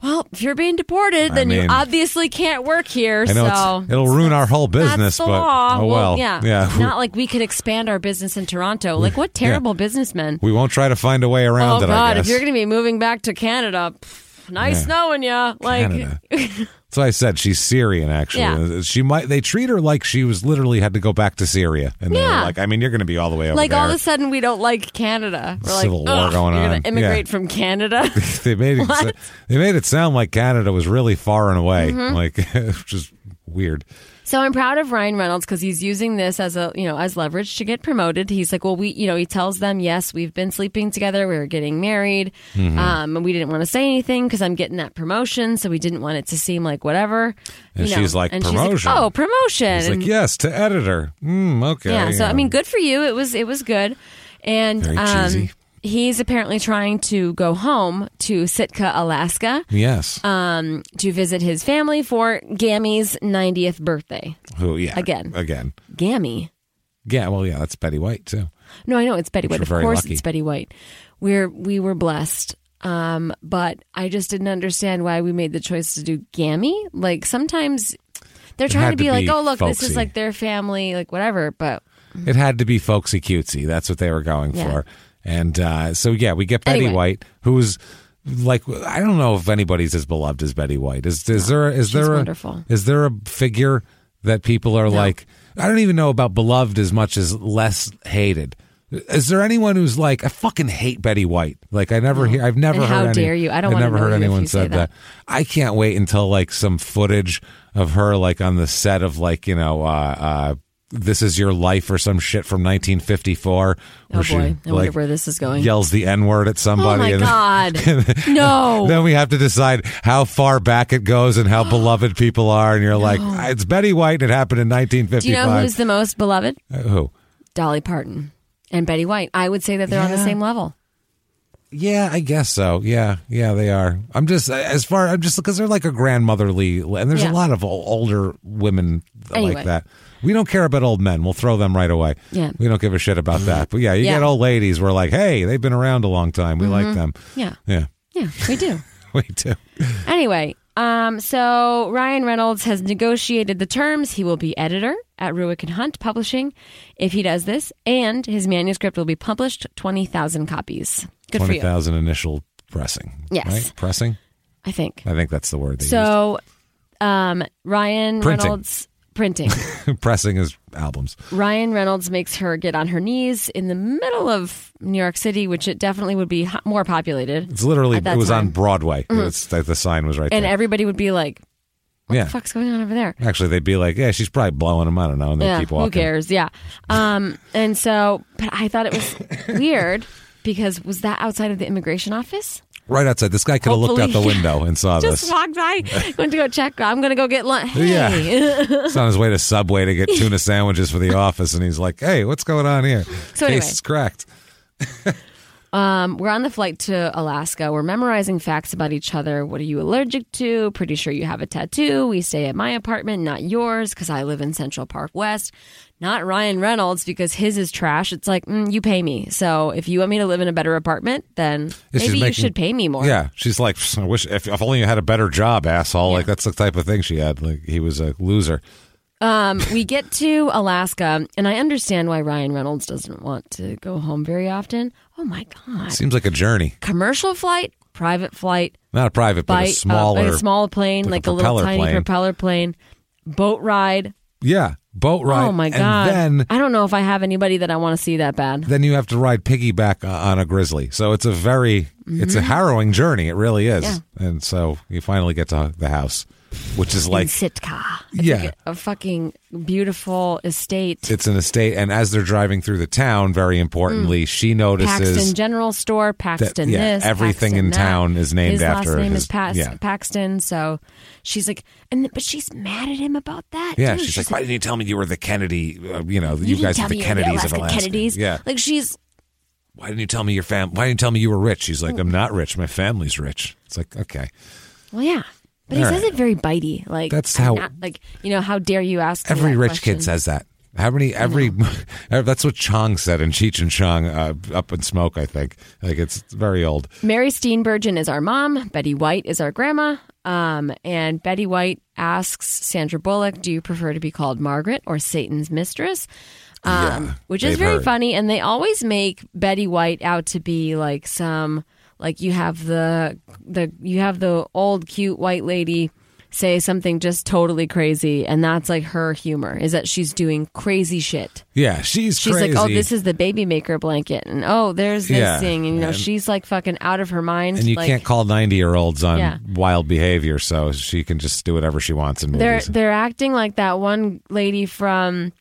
"Well, if you're being deported, I then you mean- obviously can't work here." I know so it's, it'll ruin our whole business, That's the but law. oh well. yeah, It's not like we could expand our business in Toronto. Like, what terrible businessmen? we won't try to find a way around oh it. I God, guess. if you're going to be moving back to Canada, pff, nice Yeah. knowing you. Like, Canada. So I said she's Syrian. Actually, Uh, Yeah. she might. They treat her like she was literally had to go back to Syria, and they're Yeah. like, I mean, you're going to be all the way over like there. all of a sudden we don't like Canada. We're Civil like, war "Ugh, going you're on." gonna Yeah. immigrate from Canada. they made it. What? Mm-hmm. They made it sound like Canada was really far and away. Like, just weird. so I'm proud of Ryan Reynolds because he's using this as a you know as leverage to get promoted. He's like, well, we you know he tells them, yes, we've been sleeping together, we were getting married, Mm-hmm. um, and we didn't want to say anything because I'm getting that promotion, so we didn't want it to seem like whatever. And you know. she's like, and She's "Promotion." like, oh, promotion. It's like And- yes to editor. Mm, okay. Yeah. So yeah. I mean, good for you. It was it was good, and Very um, cheesy. he's apparently trying to go home to Sitka, Alaska, Yes. um, to visit his family for Gammy's ninetieth birthday. Who? Oh, Yeah. again. Again. Gammy. Yeah. Well, yeah. That's Betty White too. No, I know it's Betty White. Of you're very course, lucky. it's Betty White. We're we were blessed. Um, but I just didn't understand why we made the choice to do Gammy. Like sometimes they're trying had to be to like, be oh look, this folksy. is like their family, like whatever. But oh Mm-hmm. It had to be folksy cutesy. That's what they were going Yeah. for. And uh, so, yeah, we get Betty Anyway. White, who's like, I don't know if anybody's as beloved as Betty White. Is, is there is she's there a, wonderful. is there a figure that people are like? I don't even know about beloved as much as less hated. Is there anyone who's like I fucking hate Betty White? Like I never hear, I've never And heard. how any- dare you. I don't I've wanna never know heard you if anyone you say said that. I can't wait until like some footage of her like on the set of like you know uh, uh, this is your life or some shit from 1954. oh boy, where she, I wonder like, where this is going. Yells the n word at oh somebody. my and god, no. Then we have to decide how far back it goes and how beloved people are. And you're like, it's Betty White. It happened in Do you know 1955. who's the most beloved? Uh, who? Dolly Parton and Betty White. I would say that they're on the Yeah. same level. Yeah, I guess so. Yeah, yeah, they are. I'm just as far. I'm just because they're like a grandmotherly, and there's Yeah. a lot of ol- older women Anyway. like that. We don't care about old men. We'll throw them right away. Yeah. we don't give a shit about that. But yeah, you Yeah. Mm-hmm. get old ladies. We're like, hey, they've been around a long time. We like them. Yeah. Yeah, Yeah, we do. we do. anyway, um, so Ryan Reynolds has negotiated the terms. He will be editor at Ruick and Hunt Publishing if he does this, and his manuscript will be published 20,000 copies. Good Twenty for you, thousand initial pressing. Yes. right? pressing. I think. I think that's the word. They So, um, Ryan Printing. Reynolds. Printing. used. pressing is albums. Ryan Reynolds makes her get on her knees in the middle of New York City, which it definitely would be ho- more populated. It's literally At that it was time. on Broadway. It's like the sign was right Mm-hmm. and there. everybody would be like, "What yeah. the fuck's going on over there?" Actually, they'd be like, "Yeah, she's probably blowing them. I don't know," and they Yeah, keep walking. who cares? Yeah, um, and so, but I thought it was weird because was that outside of the immigration office? Right outside, this guy could have looked out the Hopefully- window and saw Just this. walked by, went to go check. I'm gonna go get lunch. Hey, Yeah. He's on his way to Subway to get tuna sandwiches for the office, and he's like, "Hey, what's going on here?" So Case anyway. is cracked. Um, we're on the flight to Alaska. We're memorizing facts about each other. What are you allergic to? Pretty sure you have a tattoo. We stay at my apartment, not yours, because I live in Central Park West. Not Ryan Reynolds, because his is trash. It's like, mm, you pay me. So if you want me to live in a better apartment, then Yeah, she's maybe you making- should pay me more. Yeah, she's like, "I wish if, if only you had a better job, asshole." Like that's the type of thing she had. Like he was a loser. Um, we get to Alaska, and I understand why Ryan Reynolds doesn't want to go home very often. Oh my God. Seems like a journey. commercial flight, private flight, Not a private, but bite, a uh, smaller. like a small plane, like like, a, a little propeller tiny plane. propeller plane, boat ride. Yeah, boat ride. Oh my And god! then I don't know if I have anybody that I want to see that bad. then you have to ride piggyback o- on a grizzly. So it's a very it's a harrowing journey. It really is. Mm-hmm. Yeah. And so you finally get to the house, which is like In Sitka, yeah, a fucking beautiful estate. it's an estate. And as they're driving through the town, very importantly, she notices Mm. Paxton General Store, Paxton yeah, this, everything Paxton in that. town is named his after last name his- is Pas- yeah. Paxton. So she's like, and but she's mad at him about that. yeah, too. she's, like, why didn't you tell me you were the Kennedy? Uh, you know, you, didn't guys tell are the me you're Kennedys Alaska of Alaska. Kennedys. Yeah, like she's why didn't you tell me your fam? Why didn't you tell me you were rich? She's like, I'm not rich. My family's rich. It's like, okay, Well, yeah, but he All says right. it very bitey. Like That's I'm how- not- like you know, how dare you ask? me every that rich question. kid says that. How many? Every that's what Chong said in Cheech and Chong uh, up in smoke. I think like it's very old. Mary Steenburgen is our mom. Betty White is our grandma. Um, and Betty White asks Sandra Bullock, "Do you prefer to be called Margaret or Satan's mistress?" Um, Yeah, which is they've very heard. funny, and they always make Betty White out to be like some like you have the the you have the old cute white lady say something just totally crazy, and that's like her humor is that she's doing crazy shit. Yeah, she's She's crazy. like, oh, this is the baby maker blanket, and oh, there's this Yeah, thing, and you know, and- she's like fucking out of her mind. and you like, can't call ninety year olds on Yeah. wild behavior, so she can just do whatever she wants in They're movies. they're acting like that one lady from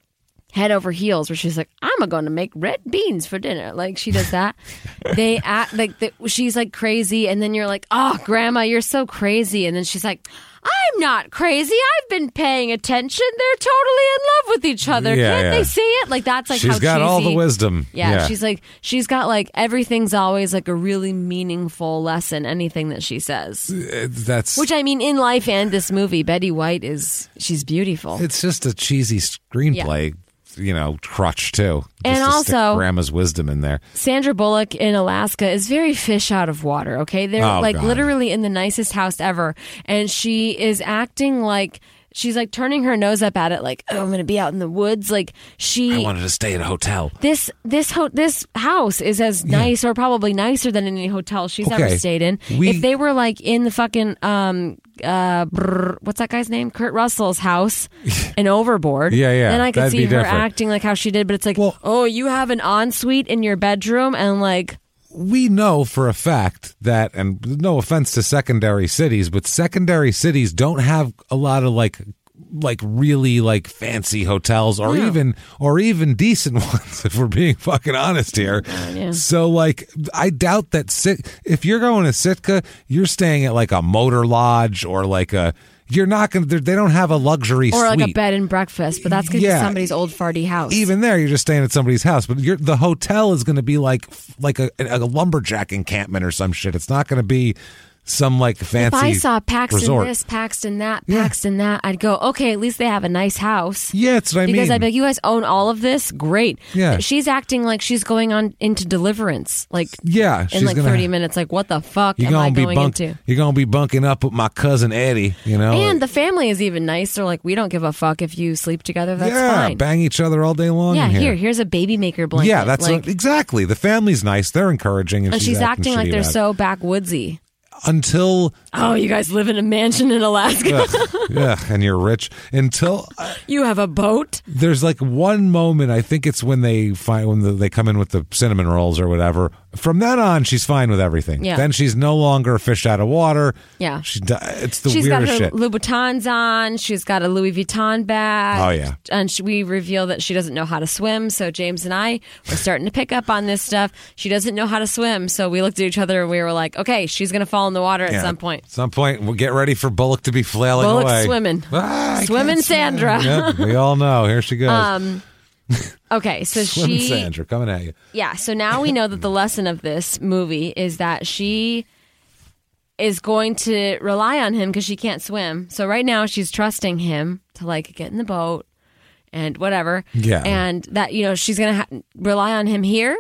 Head Over Heels, where she's like, I'm going to make red beans for dinner. Like she does that. they act like the, she's like crazy, and then you're like, oh, Grandma, you're so crazy, and then she's like. I'm not crazy. I've been paying attention. They're totally in love with each other. Yeah, Can't yeah. they see it? Like that's like she's how got all the cheesy- wisdom. Yeah, she's like she's got like everything's always like a really meaningful lesson. Anything that she says, Uh, that's which I mean, in life and this movie, Betty White is she's beautiful. It's just a cheesy screenplay, you know, crutch too. Just And to stick also- grandma's wisdom in there. Sandra Bullock in Alaska is very fish out of water. Okay, they're Oh, like God. literally in the nicest house ever, and she is acting like. She's like turning her nose up at it, like oh, I'm gonna be out in the woods. Like she, I wanted to stay at a hotel. this this ho- this house is as nice or probably nicer than any hotel she's Okay. ever stayed in. We- if they were like in the fucking um uh brr, what's that guy's name? Kurt Russell's house in Overboard. Yeah, yeah. Then I could That'd see be her different. acting like how she did, but it's like, Well- oh, you have an ensuite in your bedroom, and like We know for a fact that, and no offense to secondary cities, but secondary cities don't have a lot of like like really like fancy hotels or even or even decent ones if we're being fucking honest here Oh, so like i doubt that sit if you're going to sitka you're staying at like a motor lodge or like a you're not gonna they're- they don't have a luxury or like a suite. bed and breakfast, but that's gonna Yeah. be somebody's old farty house. even there you're just staying at somebody's house but you're, the hotel is going to be like like a, a lumberjack encampment or some shit it's not going to be some like if fancy I saw Paxton resort. this, Paxton that, Paxton that, I'd go, okay, at least they have a nice house. yeah that's what i because mean I'd be like, you guys own all of this. Great. Yeah. She's acting like she's going on into deliverance, like yeah she's in like gonna, thirty minutes. Like, what the fuck you're am I gonna be going bunk, Oh. into? you're gonna be bunking up with my cousin eddie you know And the family is even nicer. Like, we don't give a fuck if you sleep together. That's yeah fine. bang each other all day long yeah, in here. here, here's a baby maker blanket. yeah that's like, what- exactly the family's nice they're encouraging and, and she's acting like shitty they're about it. so backwoodsy. until Oh, you guys live in a mansion in Alaska. yeah and you're rich until you have a boat. there's like one moment I think it's when they find when the, they come in with the cinnamon rolls or whatever. From then on, she's fine with everything. Yeah. Then she's no longer a fish out of water. Yeah. she di- it's the She's got weirdest her shit. Louboutins on. She's got a Louis Vuitton bag. Oh, yeah. and she, we reveal that she doesn't know how to swim. So James and I were starting to pick up on this stuff. She doesn't know how to swim, so we looked at each other and we were like, "Okay, she's gonna fall in the water at Yeah. some point." some point, we'll get ready for Bullock to be flailing Bullock's away. swimming. Ah, I Swimming can't swim. Sandra. Yep, we all know. Here she goes. Okay, so swimming she, Sandra coming at you. yeah. So now we know that the lesson of this movie is that she is going to rely on him because she can't swim. So right now she's trusting him to like get in the boat and whatever. Yeah. And that you know she's gonna ha- rely on him here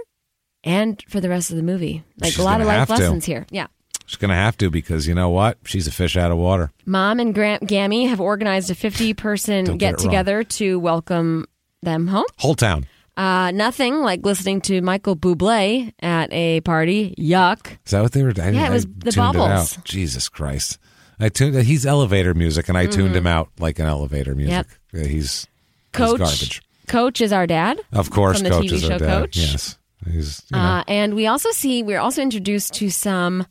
and for the rest of the movie. Like She's a lot gonna of life have to. lessons here. Yeah. She's going to have to because you know what? She's a fish out of water. Mom and Gram- Gammy have organized a 50 Don't person get it get together to welcome them home. Whole town. Uh, nothing like listening to Michael Bublé at a party. Yuck. Is that what they were? I, Yeah, it I was the tuned It bubbles. out. Jesus Christ! I tuned. He's elevator music, and I Mm-hmm. tuned him out like an elevator music. Yeah, He's Coach. garbage. Coach is our dad. of course From the coaches TV show are dead. Coach. Yes, he's you know, Uh, and we also see, we're also introduced to some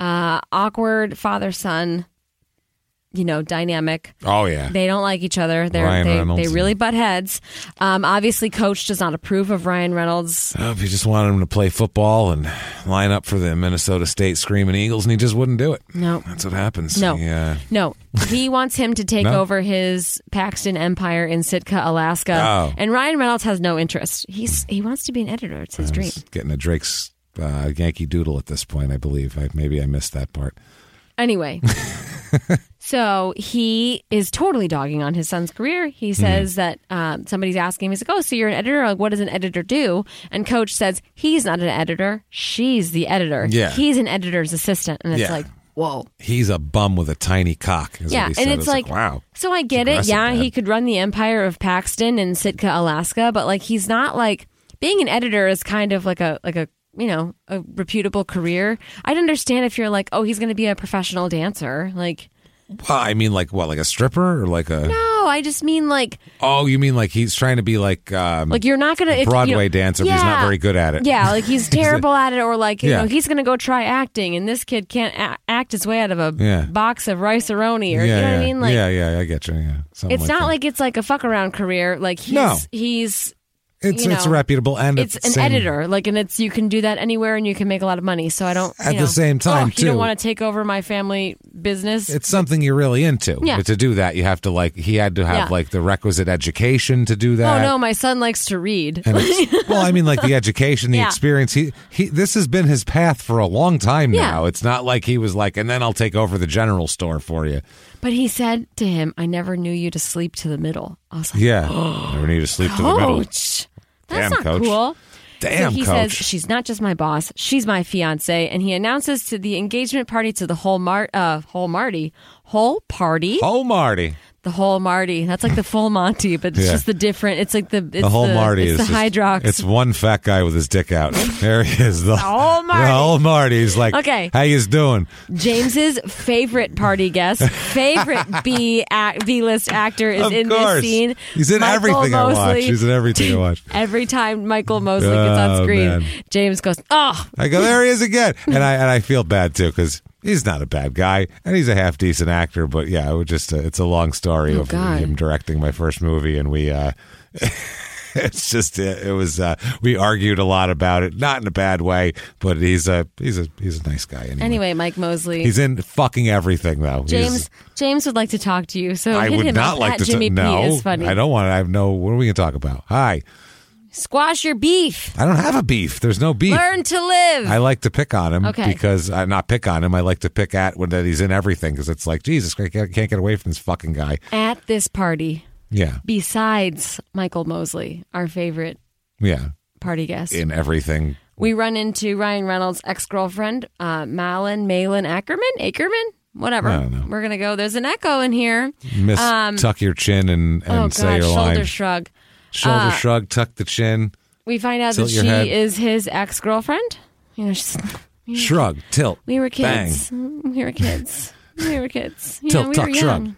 uh, awkward father son, you know, dynamic. oh yeah. They don't like each other. They're, Ryan they, Reynolds they and- really butt heads. Um, obviously, Coach does not approve of Ryan Reynolds. Oh, if you just wanted him to play football and line up for the Minnesota State Screaming Eagles, and he just wouldn't do it. No. That's what happens. No. Yeah. No. He wants him to take No? over his Paxton empire in Sitka, Alaska. Oh. And Ryan Reynolds has no interest. He's he wants to be an editor. It's his dream. He's getting a Drake's uh, Yankee Doodle at this point, I believe. I, maybe I missed that part. Anyway. so he is totally dogging on his son's career. Hmm. He says that um, somebody's asking him, he's like, Oh, so you're an editor? Like, what does an editor do? And coach says, He's not an editor. She's the editor. Yeah. He's an editor's assistant. And it's Yeah. like, Whoa. He's a bum with a tiny cock. Is Yeah, what he and said. it's like, wow. So I get it. aggressive, Yeah, man. he could run the empire of Paxton and Sitka, Alaska, but like he's not like being an editor is kind of like a like a you know a reputable career. I'd understand if you're like, oh, he's going to be a professional dancer. Like, Well, I mean, like what? Like a stripper or like a? no, I just mean like Oh, you mean like he's trying to be like um, like you're not going to Broadway dancer, but he's not very good at it. Yeah, like he's terrible at it, or like you Yeah. know he's going to go try acting, and this kid can't a- act his way out of a Yeah. box of rice roni, or yeah, you know yeah, what I mean? Like, yeah, yeah. I get you. Yeah, Something it's not that. like it's like a fuck around career. Like he's No. he's it's you it's know, reputable and at it's the an same- editor like and it's you can do that anywhere and you can make a lot of money so i don't you At the know, same oh, time, you don't too. want to take over my family business It's something you're really into. Yeah. But to do that, you have to like he had to have Yeah. like the requisite education to do oh that. no my son likes to read And it's- well, I mean, like the education, the Yeah. experience. He, he, this has been his path for a long time Yeah. now. It's not like he was like, and then I'll take over the general store for you. but he said to him i never knew you to sleep to the middle i was like Yeah, never need to sleep to the middle. coach Damn, that's not coach. cool Damn, so he coach. says she's not just my boss; she's my fiance, and he announces to the engagement party to the whole Mar- uh, whole Marty, whole party, Oh, Marty. the whole Marty. That's like the full Monty, but it's Yeah. just the different. It's like the it's the whole the, Marty it's is the just- Hydrox. It's one fat guy with his dick out. There he is. The, whole Marty. The whole Marty's like, Okay. how you doing? James's favorite party guest, favorite B act, B list actor is Of in course. this scene. He's in everything I watch. He's in everything I watch. Every time Michael Mosley gets on Oh, screen, man. James goes, "Oh, I go, there he is again, and I and I feel bad too because he's not a bad guy and he's a half decent actor. But yeah, it was just a, it's a long story of Oh, God. him directing my first movie, and we. uh It's just it, it was uh, we argued a lot about it, not in a bad way, but he's a he's a he's a nice guy anyway. anyway, Mike Mosley." He's in fucking everything though. He's- James James would like to talk to you, so I hit would him not up like at to ta- Jimmy P no. is funny. I don't want to. I have no. What are we gonna talk about? Hi, Squash your beef. I don't have a beef. There's no beef. Learn to live. I like to pick on him Okay. because I not pick on him. I like to pick at when that he's in everything because it's like Jesus, I can't, can't get away from this fucking guy. at this party, Yeah, besides Michael Mosley, our favorite yeah, party guest, in everything. We run into Ryan Reynolds' ex girlfriend, uh, Malin Malin Ackerman, Ackerman, whatever. I don't know. We're gonna go. There's an echo in here. Miss tuck your chin and and Um, oh God, say your shoulder uh, line. shrug. shoulder shrug, tuck the chin, We find out Tilt that your she head. is his ex girlfriend. You know, she's, shrug, tilt. we were bang. kids. We were kids. we were kids. You Tilt, know, we tuck, were shrug. young.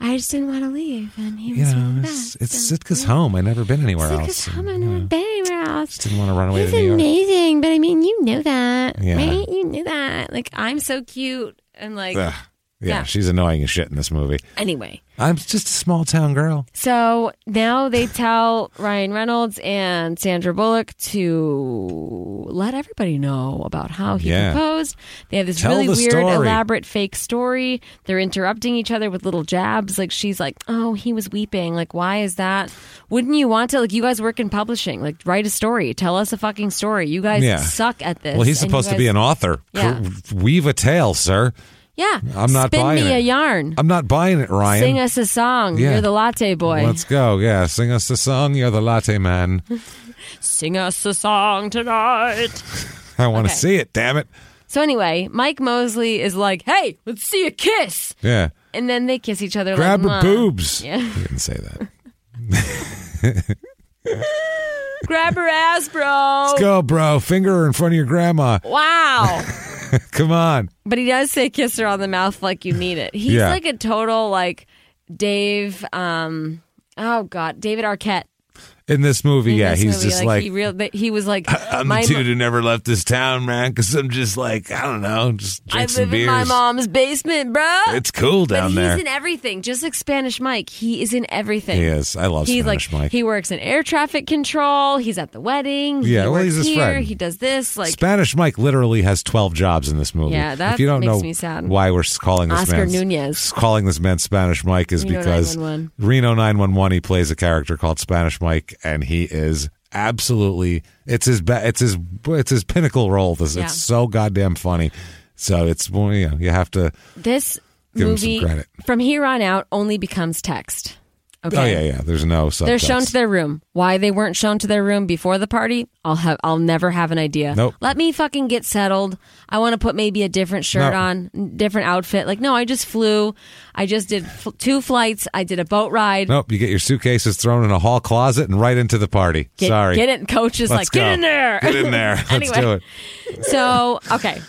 I just didn't want to leave, and he You was know, really it's, bad, it's so- Sitka's home. I never been anywhere Sick else. as home. I've never been anywhere else. Didn't want to run away He's to New York. amazing, but I mean, you know that, Yeah. right? You knew that. Like, I'm so cute, and like, Ugh. Yeah, Yeah. she's annoying as shit in this movie. anyway. I'm just a small town girl. So now they tell Ryan Reynolds and Sandra Bullock to let everybody know about how he Yeah. proposed. They have this Tell really the weird, story. elaborate fake story. They're interrupting each other with little jabs. Like she's like, "Oh, he was weeping. Like, why is that? Wouldn't you want to? Like, you guys work in publishing. Like, write a story. Tell us a fucking story. You guys Yeah. suck at this. Well, he's And you supposed to guys- be an author. Yeah. Cr- Weave a tale, sir. yeah. I'm not Spin buying me it. a yarn. I'm not buying it, Ryan. Sing us a song. Yeah. You're the latte boy. Let's go. Yeah, sing us a song. You're the latte man. Sing us a song tonight. I want to Okay. see it. Damn it. So anyway, Mike Mosley is like, "Hey, let's see a kiss," Yeah. and then they kiss each other. Grab like, her "Mwah." boobs. Yeah. He didn't say that. Grab her ass, bro. Go, bro. Finger her in front of your grandma. Wow. Come on. But he does say kiss her on the mouth like you mean it. He's Yeah. like a total like Dave. um Oh God, David Arquette. In this movie, in yeah, this he's movie. just like, he real. but He was like I'm my the mo- dude who never left this town, man, because I'm just like, I don't know, just drink I some live in beers. my mom's basement, bro. It's cool but down he's there. in everything, just like Spanish Mike. He is in everything. he is. I love He's Spanish like Mike. he works in air traffic control. He's at the wedding. he Yeah, well, works he's his here. friend. He does this like Spanish Mike literally has 12 jobs in this movie. Yeah, that if you don't makes know me sad. why we're s- calling this Oscar man Nunez. calling this man Spanish Mike is Reno because 911. Reno 911 he plays a character called Spanish Mike and he is absolutely it's his ba- it's his it's his pinnacle role. This Yeah. it's so goddamn funny. So it's well, you, know, you have to oh, this Give him some movie credit. from here on out only becomes text. Okay. Oh yeah, yeah. There's no subtext. They're shown to their room. Why they weren't shown to their room before the party, I'll have I'll never have an idea. Nope. Let me fucking get settled. I want to put maybe a different shirt No. on, different outfit. Like no, I just flew. I just did fl- two flights. I did a boat ride. Nope, you get your suitcases thrown in a hall closet and right into the party. Get, Sorry. Get it. Coach is Let's like, get go. in there. Get in there. Let's Anyway. do it. So, okay.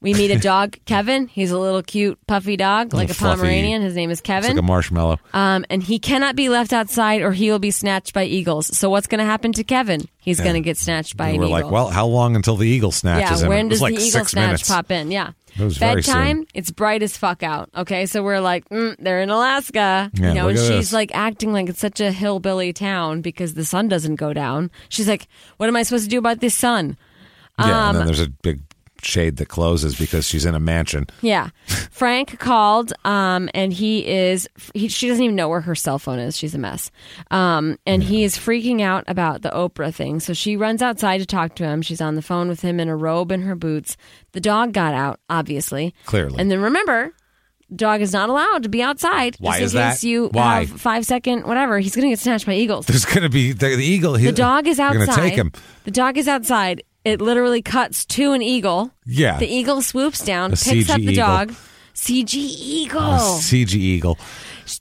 We meet a dog, Kevin. He's a little cute, puffy dog, like a Little fluffy. Pomeranian. His name is It's Kevin. like a marshmallow. um, and he cannot be left outside or he will be snatched by eagles. So, what's going to happen to Kevin? He's going to get snatched by We an were eagle. like, well, how long until the eagle snatches yeah, him? when it was does like the eagle six snatch minutes. pop in? Yeah. It was very Bedtime, soon. it's bright as fuck out. Okay, so we're like, mm, they're in Alaska. Yeah, you know, look and at she's this. like acting like it's such a hillbilly town because the sun doesn't go down. She's like, what am I supposed to do about this sun? Yeah, Um, and then there's a big shade that closes because she's in a mansion. Yeah. Frank called, um, and he is, he, she doesn't even know where her cell phone is. She's a mess. Um, and he is freaking out about the Oprah thing. So she runs outside to talk to him. She's on the phone with him in a robe and her boots. The dog got out, obviously. Clearly. And then remember, dog is not allowed to be outside. Why just is in that? case you Why? have five second, whatever. He's going to get snatched by eagles. There's going to be the, the eagle. The dog is outside. Going to take him. The dog is outside. It literally cuts to an eagle. Yeah. The eagle swoops down, A picks CG up the eagle. Oh, dog. CG eagle. A CG eagle.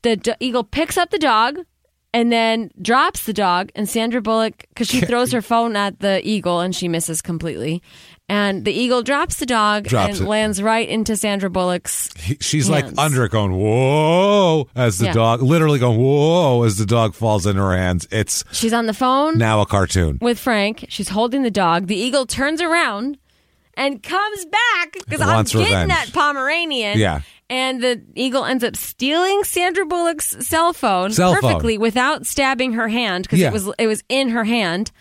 the do- eagle picks up the dog and then drops the dog. And Sandra Bullock, because she throws her phone at the eagle and she misses completely. And the eagle drops the dog Drops and it. lands right into Sandra Bullock's. He, she's Hands. like under it going, whoa, as the Yeah. dog, literally going, whoa, as the dog falls in her hands. It's She's on the phone now a cartoon. with Frank. She's holding the dog. The eagle turns around and comes back because And I'm wants getting revenge. that Pomeranian. Yeah. And the eagle ends up stealing Sandra Bullock's cell phone Cell phone. perfectly without stabbing her hand because Yeah. it was it was in her hand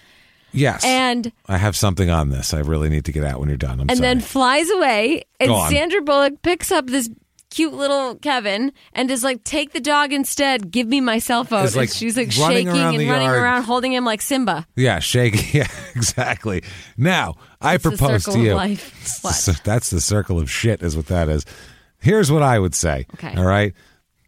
Yes. and I have something on this. I really need to get out when you're done. I'm and sorry. then flies away and Go on. Sandra Bullock picks up this cute little Kevin and is like take the dog instead give me my cell phone Is, like, and she's like running shaking around and the running yard. around holding him like Simba Yeah, shake. Yeah, exactly. Now, I the propose circle to of you. life. It's the What? cir- That's the circle of shit, is what that is. Here's what I would say. Okay. All right.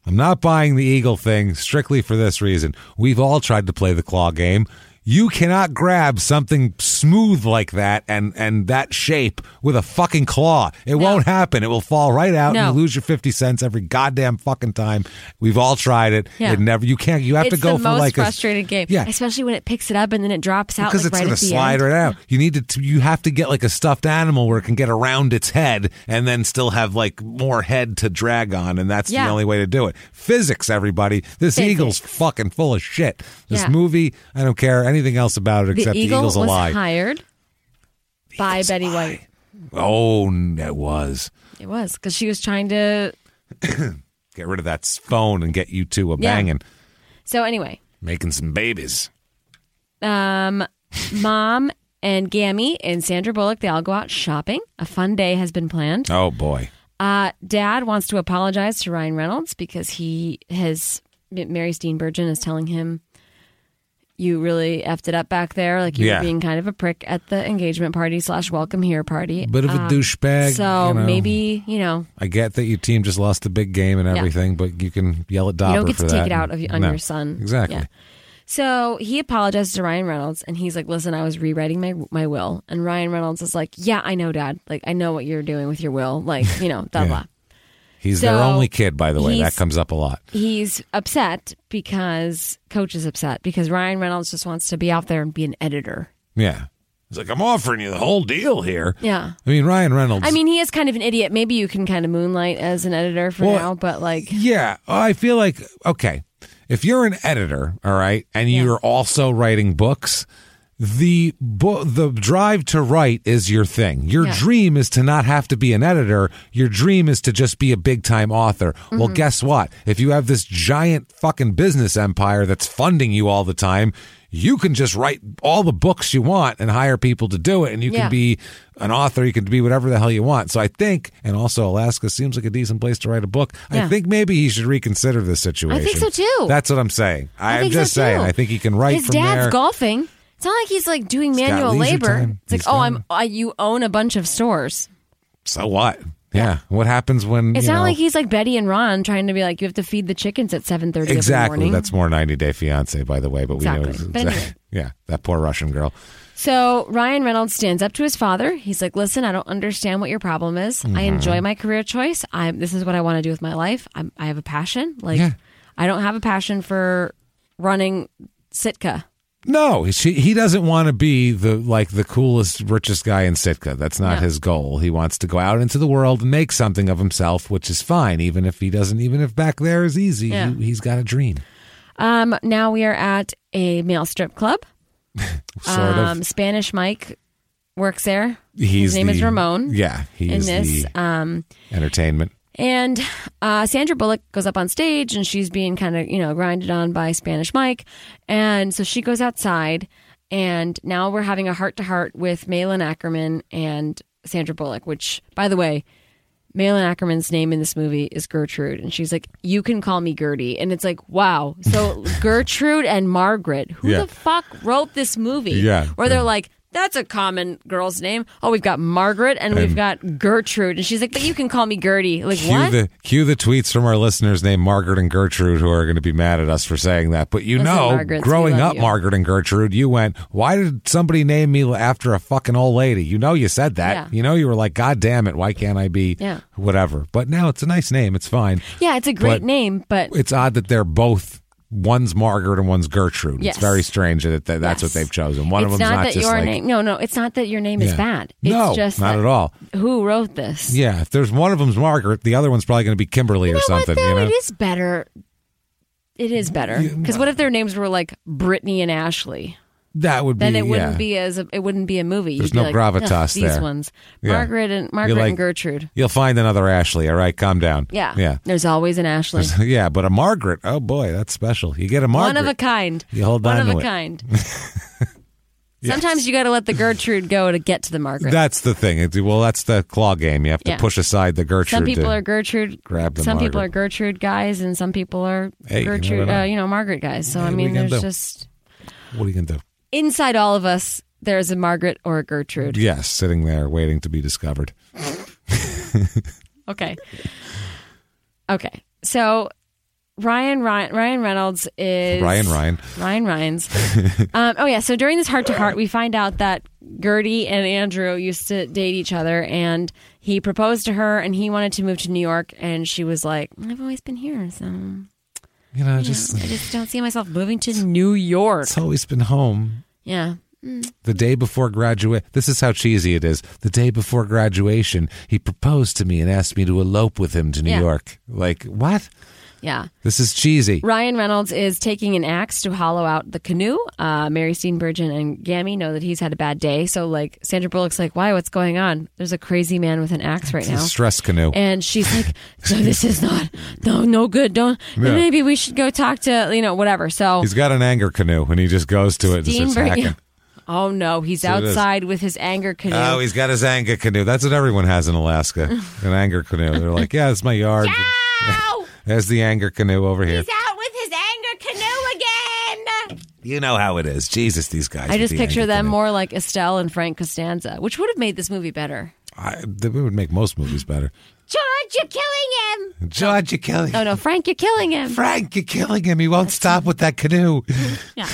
I'm not buying the eagle thing strictly for this reason. We've all tried to play the claw game. You cannot grab something smooth like that and and that shape with a fucking claw. It won't happen. It will fall right out No. and you lose your 50 cents every goddamn fucking time. We've all tried it. Yeah. It never you can't you have it's to go the for most like frustrating a, game Yeah especially when it picks it up and then it drops out because like, it's right going at to the slide end. right out. You need to. T- you have to get like a stuffed animal where it can get around its head and then still have like more head to drag on, and that's Yeah. the only way to do it. Physics, everybody. This Physics. eagle's fucking full of shit. This Yeah. movie, I don't care anything else about it the except eagle the eagle's a was lie. hired by Betty White. Oh, n- it was. It was because she was trying to. Get rid of that s- phone and get you two a Yeah. banging, So anyway, making some babies. um, mom and Gammy and Sandra Bullock they all go out shopping. A fun day has been planned. Oh boy. Uh, Dad wants to apologize to Ryan Reynolds because he has Mary Steenburgen is telling him. You really effed it up back there. Like you Yeah. were being kind of a prick at the engagement party slash welcome here party. Bit of a Um, douchebag. So you know. maybe you know I get that your team just lost the big game and Yeah. everything, but you can yell at Dauber you don't get for to that. take it out of on No. your son. Exactly. Yeah. So he apologized to Ryan Reynolds and he's like, "Listen, I was rewriting my my will." And Ryan Reynolds is like, "Yeah, I know, Dad. Like, I know what you're doing with your will. Like, you know, blah Yeah. blah." He's So their only kid, by the way. That he's- comes up a lot. He's upset because coach is upset because Ryan Reynolds just wants to be out there and be an editor. Yeah. He's like, I'm offering you the whole deal here. Yeah. I mean, Ryan Reynolds. I mean, he is kind of an idiot. Maybe you can kind of moonlight as an editor for Well, now, but like, yeah, I feel like, okay, if you're an editor, all right, and you're also writing books, the bo- the drive to write is your thing. Your Yeah. dream is to not have to be an editor. Your dream is to just be a big time author. Well, Mm-hmm. guess what? If you have this giant fucking business empire that's funding you all the time, you can just write all the books you want and hire people to do it, and you Yeah. can be an author. You can be whatever the hell you want. So I think, and also Alaska seems like a decent place to write a book. I Yeah. think maybe he should reconsider this situation. so, too. That's what I'm saying. I I am think so, just saying. too. I think he can write his from dad's there. golfing. It's not like he's like doing got manual leisure labor. time. It's like, He's oh, got- I'm I, you own a bunch of stores. so what? Yeah. What happens when It's you not know, like he's like Betty and Ron trying to be like, you have to feed the chickens at seven thirty exactly? every morning. That's more 90 Day Fiance, by the way. But we know Exactly. But anyway. yeah, that poor Russian girl. So Ryan Reynolds stands up to his father. He's like, "Listen, I don't understand what your problem is. Mm-hmm. I enjoy my career choice. I'm this is what I want to do with my life. I'm, I have a passion. Like, Yeah. I don't have a passion for running Sitka. No, she, he doesn't want to be the like the coolest, richest guy in Sitka. That's not No. his goal. He wants to go out into the world and make something of himself, which is fine, even if he doesn't. Even if back there is easy, Yeah. he, he's got a dream. Um, now we are at a male strip club. Sort um, of. Spanish Mike works there. He's his name is the- Ramon. Yeah, he in is this, the um, entertainment. And uh, Sandra Bullock goes up on stage and she's being kind of, you know, grinded on by Spanish Mike. And so she goes outside. And now we're having a heart to heart with Malin Ackerman and Sandra Bullock, which, by the way, Malin Ackerman's name in this movie is Gertrude. And she's like, You can call me Gertie. And it's like, Wow. So Gertrude and Margaret, who Yeah. the fuck wrote this movie? Yeah. Where they're like, that's a common girl's name. Oh, we've got Margaret and, we've got Gertrude. And she's like, but you can call me Gertie. Like, Cue what? the cue the tweets from our listeners named Margaret and Gertrude who are going to be mad at us for saying that. But you Listen, know, Margarets, we growing love up, you. Margaret and Gertrude, you went, "Why did somebody name me after a fucking old lady?" You know, you said that. Yeah. You know, you were like, "God damn it, why can't I be Yeah. whatever?" But now it's a nice name. It's fine. yeah, it's a great But- name, but It's odd that they're both. One's Margaret and one's Gertrude. Yes. It's very strange that that- that's Yes. what they've chosen. it's One of them's not, not, that just your like, name. No, no, it's not that your name is Yeah. bad. It's No, just not that- at all. Who wrote this? Yeah, if there's one of them's Margaret, the other one's probably going to be Kimberly or You know what, something. though? you know, It is better. It is better because what if their names were like Brittany and Ashley? that would be. Then it wouldn't yeah. be as a, it wouldn't be a movie. There's You'd be no like, gravitas "Ugh, These there." ones, Yeah. Margaret and Margaret like- and Gertrude. You'll find another Ashley. All right, calm down. Yeah, yeah, There's always an Ashley. yeah. But a Margaret. Oh boy, that's special. You get a Margaret. One of a kind. You hold One on of to a it. kind. Sometimes you got to let the Gertrude go to get to the Margaret. that's the thing. It's, well, that's the claw game. You have to Yeah. push aside the Gertrude. some people to- are Gertrude. grab the some people Margaret. are Gertrude guys, and some people are Hey, you Gertrude. never know. uh, you know, Margaret guys. So I we mean, can there's do. just What are you going to do? inside all of us. There's a Margaret or a Gertrude. Yes, sitting there waiting to be discovered. Okay. Okay. So Ryan Ryan Ryan Reynolds is Ryan Ryan. Ryan Ryan's. um, oh yeah. So during this heart to heart, we find out that Gertie and Andrew used to date each other, and he proposed to her, and he wanted to move to New York, and she was like, "I've always been here, so you You know, know, just I just don't see myself moving to New York." it's always been home. Yeah. The day before graduate, this is how cheesy it is. The day before graduation, he proposed to me and asked me to elope with him to New Yeah. York. Like what? Yeah. This is cheesy. Ryan Reynolds is taking an axe to hollow out the canoe. Uh, Mary Steenburgen and Gammy know that he's had a bad day. So, like, Sandra Bullock's like, why? What's going on? There's a crazy man with an axe right now. Stress canoe. And she's like, so this is not, no, no good. Don't, Yeah. maybe we should go talk to, you know, whatever. So, He's got an anger canoe, and he just goes to it and starts Steenburgen- hacking. oh no, he's it is. outside with his anger canoe. Oh, he's got his anger canoe. That's what everyone has in Alaska. An anger canoe. They're like, yeah, it's my yard. Ow! There's the anger canoe over here. He's out with his anger canoe again! You know how it is. Jesus, these guys. I with just the picture anger them canoe. more like Estelle and Frank Costanza, which would have made this movie better. I, it would make most movies better. George, you're killing him! George, you're killing Oh no, Frank, you're killing him. Frank, you're killing him. He won't stop with that canoe. Yeah.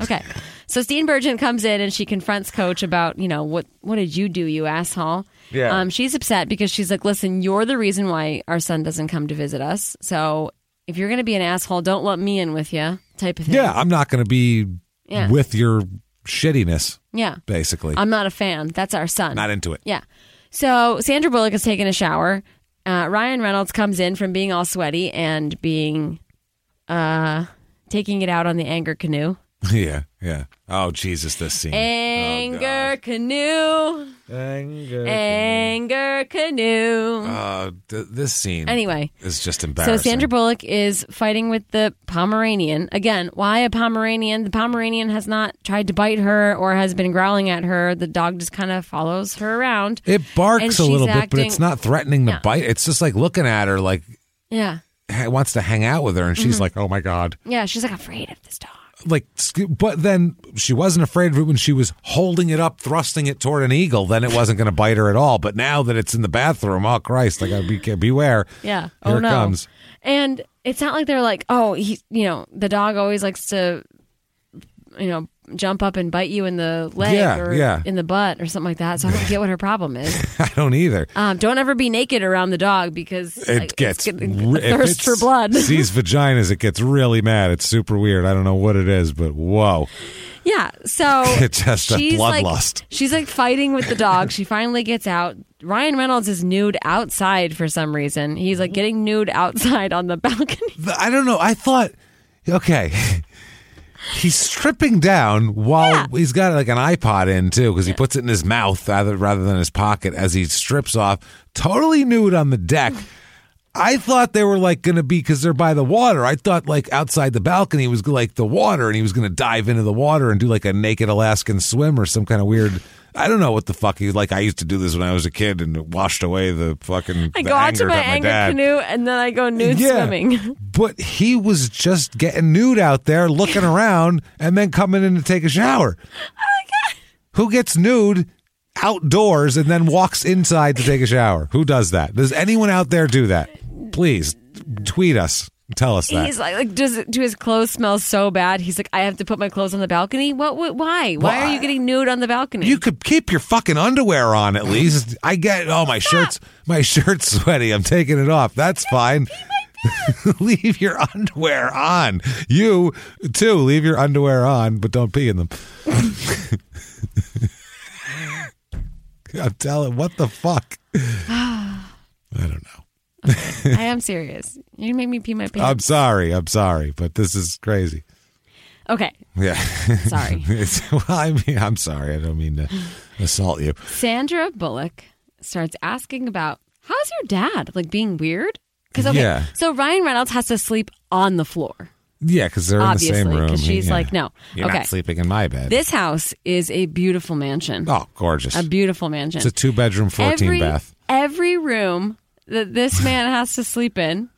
Okay. So Steenburgen comes in and she confronts Coach about, you know, what what did you do, you asshole? Yeah. Um, she's upset because she's like, listen, you're the reason why our son doesn't come to visit us. So if you're going to be an asshole, don't let me in with you, type of thing. Yeah, I'm not going to be Yeah. with your shittiness, Yeah. basically. I'm not a fan. That's our son. not into it. Yeah. So Sandra Bullock is taking a shower. Uh, Ryan Reynolds comes in from being all sweaty and being, uh, taking it out on the anger canoe. yeah, yeah. Oh, Jesus, this scene. Eh. Anger canoe. Eh. Anger canoe. Uh, th- this scene Anyway. is just So embarrassing. Sandra Bullock is fighting with the Pomeranian. Again, why a Pomeranian? The Pomeranian has not tried to bite her or has been growling at her. The dog just kind of follows her around. It And barks a she's little bit, but acting- it's not threatening to Yeah. bite. It's just like looking at her, like Yeah. ha- wants to hang out with her, and she's Mm-hmm. like, "Oh my god!" Yeah, she's like afraid of this dog. Like, sc- but then she wasn't afraid of it when she was holding it up, thrusting it toward an eagle. Then it wasn't going to bite her at all. But now that it's in the bathroom, oh Christ! Like, I be beware. Yeah. Here oh it no. comes. And it's not like they're like, oh, he, you know, the dog always likes to, you know, jump up and bite you in the leg Yeah, or yeah. in the butt or something like that. So I don't get what her problem is. I don't either. Um, don't ever be naked around the dog because It like, it's gets gonna- re- a if thirst it's- for blood. sees vaginas, it gets really mad. It's super weird. I don't know what it is, but whoa. yeah, so It's just a she's like- bloodlust. She's like fighting with the dog. She finally gets out. Ryan Reynolds is nude outside for some reason. He's like getting nude outside on the balcony. Th- I don't know. I thought, okay, he's stripping down while Yeah. he's got like an iPod in too, because he puts it in his mouth rather rather than his pocket as he strips off, totally nude on the deck. Mm. I thought they were like going to be because they're by the water. I thought like outside the balcony was like the water, and he was going to dive into the water and do like a naked Alaskan swim or some kind of weird. I don't know what the fuck he like. I used to do this when I was a kid and it washed away the fucking. I the go out to anger my at my anger dad. canoe and then I go nude swimming. But he was just getting nude out there, looking around, and then coming in to take a shower. Who gets nude outdoors and then walks inside to take a shower? Who does that? Does anyone out there do that? Please tweet us. Tell us that. He's like, like, does do his clothes smell so bad? He's like, I have to put my clothes on the balcony. What? would why? Why are you getting nude on the balcony? you could keep your fucking underwear on at least. I get oh my shirt's my shirt's sweaty. I'm taking it off. That's fine. leave your underwear on. You too, leave your underwear on, but don't pee in them. I'm telling what the fuck. I don't know. I am serious. You make me pee my I'm pants. sorry. I'm sorry, but this is crazy. Um, okay, Yeah. sorry. It's, well, I mean, I'm sorry. I don't mean to assault you. Sandra Bullock starts asking about how's your dad like being weird? Because okay, Yeah. so Ryan Reynolds has to sleep on the floor, Yeah, because they're obviously, in the same room. because she's Yeah. like, no, You're okay. not sleeping in my bed. This house is a beautiful mansion, oh, gorgeous. a beautiful mansion. it's a two bedroom, 14 every, bath. Every room that this man has to sleep in,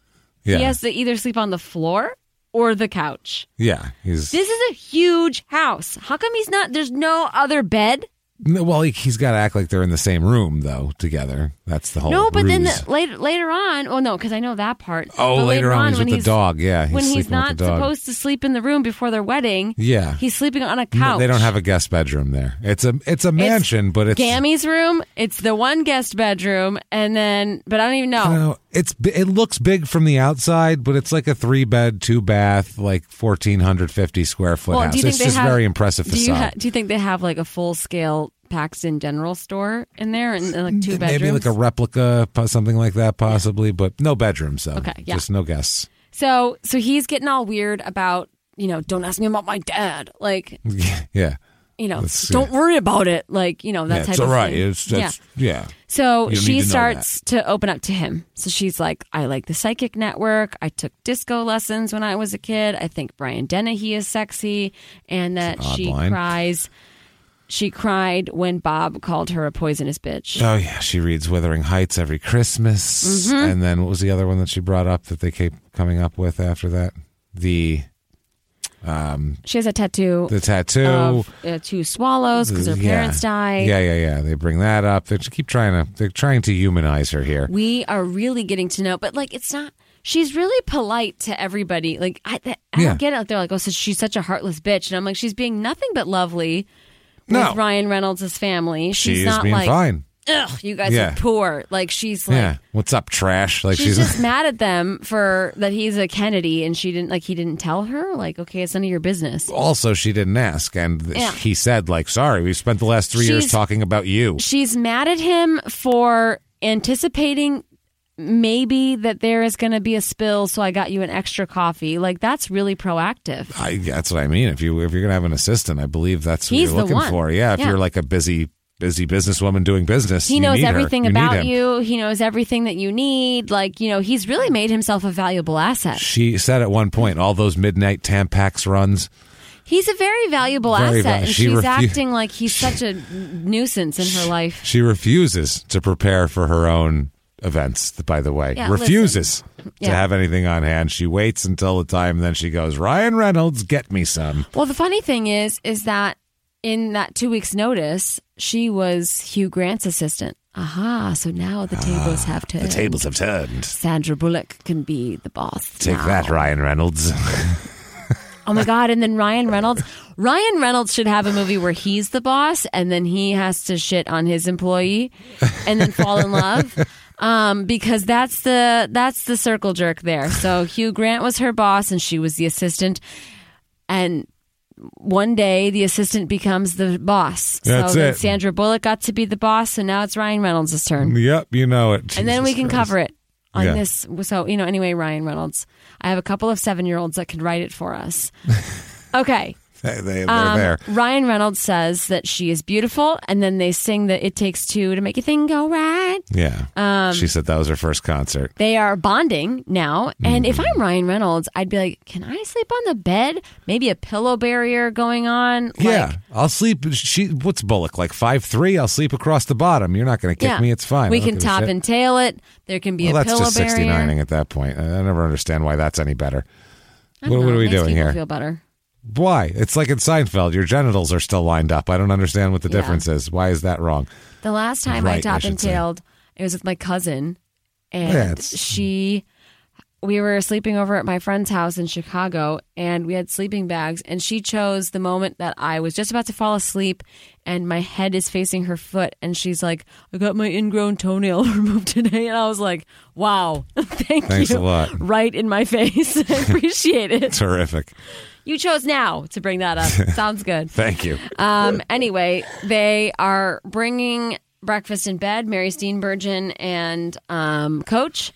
Yeah. he has to either sleep on the floor or the couch. yeah. He's, This is a huge house. How come he's not? There's no other bed. No, well, he, he's got to act like they're in the same room, though, together. That's the whole No, but then ruse. the, later later on, oh no, because I know that part. Oh, But later on he's when with the dog. Yeah, he's when sleeping he's with not the dog. supposed to sleep in the room before their wedding. Yeah. he's sleeping on a No, couch. they don't have a guest bedroom there. It's a it's a mansion, but it's Gammy's room. It's the one guest bedroom, and then but I don't even know. I don't know. It's bi- it looks big from the outside, but it's like a three bed, two bath, like fourteen hundred fifty square foot well, house. do you think It's they just have, very impressive Do you, facade. ha- do you think they have like a full scale Paxton General store in there and, and, like two bedrooms? Maybe like a replica, po- something like that, possibly, but no bedrooms though. Okay, yeah. just no guests. so so he's getting all weird about you know don't ask me about my dad like yeah, you know That's- don't worry about it like you know that yeah, type it's of all right. thing. It's that's, yeah. So You need to she know starts to open up to him. So she's like, I like the psychic network. I took disco lessons when I was a kid. I think Brian Dennehy is sexy. And that It's an odd she line. cries. She cried when Bob called her a poisonous bitch. Oh yeah, she reads Wuthering Heights every Christmas, Mm-hmm. and then what was the other one that she brought up that they keep coming up with after that? The She has a tattoo. The tattoo. Of, uh, two swallows because her Yeah. parents died. Yeah, yeah, yeah. They bring that up. They just keep trying to. They're trying to humanize her here. We are really getting to know, but like, it's not. She's really polite to everybody. Like, I, that, I Yeah. don't get it. They're like, oh, so she's such a heartless bitch, and I'm like, she's being nothing but lovely No. with Ryan Reynolds' family. She's she is not being like, fine. ugh, you guys Yeah. are poor. Like, she's like, yeah. What's up, trash? Like She's she's. just mad at them for that he's a Kennedy and she didn't like he didn't tell her like okay it's none of your business. also, she didn't ask, and th- Yeah. he said, "Like, sorry, we spent the last three years She's- talking about you." She's mad at him for anticipating maybe that there is going to be a spill so I got you an extra coffee. Like that's really proactive. I, that's what I mean. If you if you're gonna have an assistant, I believe that's what He's you're the looking one. for. Yeah, if Yeah. you're like a busy busy businesswoman doing business, He you knows need her. everything You need about him. you. He knows everything that you need. Like, you know, he's really made himself a valuable asset. She said at one point, all those midnight Tampax runs. He's a very valuable Very asset val- and she she's refu- acting like he's such a nuisance in her life. She refuses to prepare for her own events, by the way. Yeah, refuses to Yeah. have anything on hand. She waits until the time, then she goes, Ryan Reynolds, get me some. Well, the funny thing is, is that in that two weeks' notice, she was Hugh Grant's assistant. Aha! So now the tables have turned. Ah, The tables have turned. Sandra Bullock can be the boss. Take now. that, Ryan Reynolds. Oh my God! And then Ryan Reynolds. Ryan Reynolds should have a movie where he's the boss, and then he has to shit on his employee, and then fall in love. Um, because that's the that's the circle jerk there. So Hugh Grant was her boss, and she was the assistant. And one day, the assistant becomes the boss. That's so then it. Sandra Bullock got to be the boss, and now it's Ryan Reynolds' turn. yep, you know it. and then we Jesus can Christ. cover it on Yeah. this. So, you know, anyway, Ryan Reynolds. I have a couple of seven year olds that can write it for us. Okay. They, they, they're Um, there. Ryan Reynolds says that she is beautiful, and then they sing that it takes two to make a thing go right. Yeah. um, she said that was her first concert. They are bonding now. And Mm. if I'm Ryan Reynolds, I'd be like, can I sleep on the bed? Maybe a pillow barrier going on. Like, yeah, I'll sleep. She, what's Bullock like? Five three. I'll sleep across the bottom. You're not going to kick me. It's fine. I We don't can give a top shit. and tail it. There can be Well, a that's pillow just barrier. 69ing at that point. I I never understand why that's any better. I What, don't know, what are it we makes doing people here? Feel better. Why? It's like in Seinfeld. Your genitals are still lined up. I don't understand what the Yeah. difference is. Why is that wrong? The last time I Right, I top should and say. tailed, it was with my cousin, and Yeah, it's- she. We were sleeping over at my friend's house in Chicago, and we had sleeping bags. And she chose the moment that I was just about to fall asleep, and my head is facing her foot, and she's like, "I got my ingrown toenail removed today," and I was like, "Wow, thank Thanks you!" a lot. Right in my face, I appreciate it. Terrific. You chose now to bring that up. Sounds good. Thank you. Um, anyway, they are bringing breakfast in bed, Mary Steenburgen and um, Coach.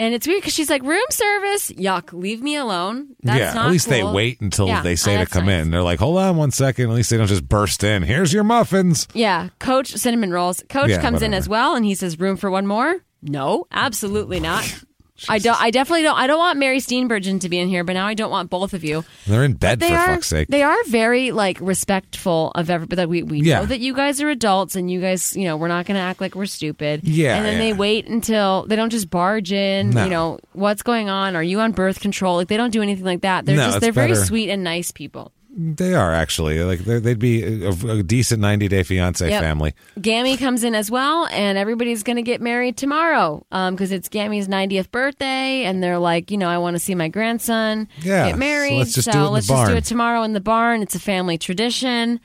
And it's weird because she's like, room service, yuck, leave me alone. That's yeah, not at least they cool." wait until Yeah. they say Oh, to that's come nice. in. They're like, hold on one second. At least they don't just burst in. Here's your muffins. Yeah, Coach cinnamon rolls. Coach Yeah, comes in whatever. as well, and he says, "Room for one more?" No, absolutely not. I don't. I definitely don't. I don't want Mary Steenburgen to be in here, but now I don't want both of you. They're in bed they for are, fuck's sake. They are very like respectful of everybody. Like, we we Yeah. know that you guys are adults, and you guys, you know, we're not going to act like we're stupid. Yeah, and then yeah. they wait until they don't just barge in. No. You know, what's going on? Are you on birth control? Like they don't do anything like that. They're No, just it's they're better. very sweet and nice people. they are actually like they're- they'd be a, a decent 90 day fiance Yep. family. Gammy comes in as well, and everybody's going to get married tomorrow because it's Gammy's 90th birthday, and they're like, you know, I want to see my grandson Yeah, so get married. let's just do it in the let's just barn. do it tomorrow in the barn. It's a family tradition.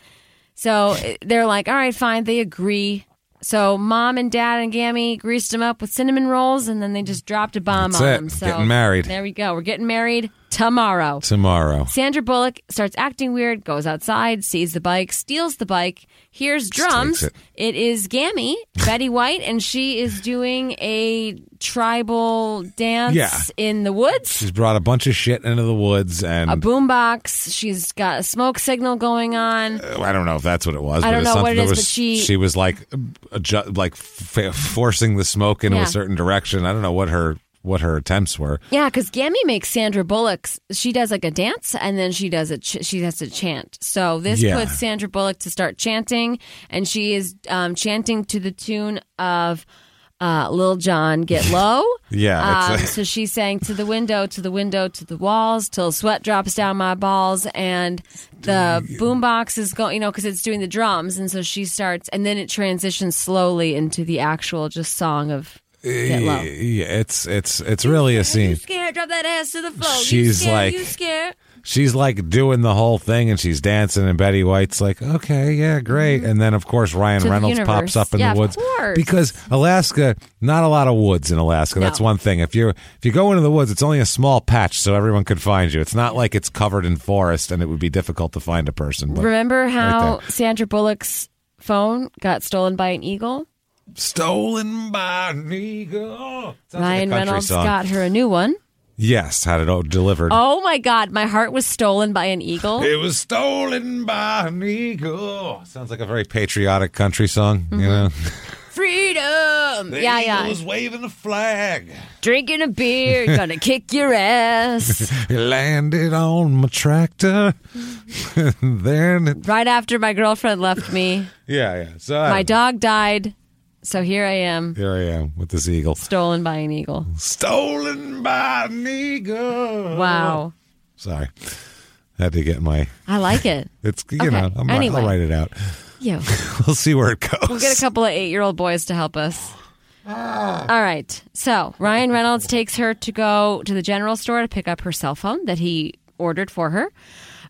So eh, they're like, all right, fine. They agree. So mom and dad and Gammy greased them up with cinnamon rolls, and then they just dropped a bomb That's on it. them. So Getting married. There we go. We're getting married tomorrow. Tomorrow. Sandra Bullock starts acting weird, goes outside, sees the bike, steals the bike, hears drums. takes it is Gammy, Betty White, and she is doing a tribal dance Yeah. in the woods. She's brought a bunch of shit into the woods and A boombox. She's got a smoke signal going on. I don't know if that's what it was. I but don't it's know something what it that is, was, but she- was like, adju- like f- forcing the smoke into Yeah. a certain direction. I don't know what her what her attempts were. Yeah, because Gammy makes Sandra Bullock. She does like a dance, and then she does a ch- she has to chant. So this Yeah. puts Sandra Bullock to start chanting, and she is um, chanting to the tune of uh, Lil John Get Low. Yeah, Um, it's a- so she sang to the window, to the window, to the walls, till sweat drops down my balls. And the boombox is going, you know, because it's doing the drums. And so she starts, and then it transitions slowly into the actual just song of Get Yeah, Low. it's it's it's really a You scene. scared? Drop that ass to the floor. She's you scared? like- you scared? She's like doing the whole thing and she's dancing and Betty White's like, "Okay, yeah, great." And then of course Ryan Mm-hmm. To the Reynolds pops universe. up in Yeah, the of woods course. because Alaska, not a lot of woods in Alaska. That's No. one thing. If you if you go into the woods, it's only a small patch so everyone could find you. It's not like it's covered in forest and it would be difficult to find a person. But Remember how there. Sandra Bullock's phone got stolen by an eagle? stolen by an eagle. Sounds like a Ryan country Reynolds song. got her a new one. Yes, had it all delivered. Oh my God, my heart was stolen by an eagle. It was stolen by an eagle. Sounds like a very patriotic country song, Mm-hmm. you know. Freedom! yeah, yeah. waving the flag. Drinking a beer, gonna kick your ass. It landed on my tractor. then, it, Right after my girlfriend left me, yeah, yeah. So I- my dog died. So here I am, Here I am with this eagle. stolen by an eagle. Stolen by an eagle. Wow. Sorry, had to get my. I like it. It's you Okay, know. I'm, anyway. I'll write it out. You. We'll see where it goes. We'll get a couple of eight year old boys to help us. All right. So Ryan Reynolds takes her to go to the general store to pick up her cell phone that he ordered for her.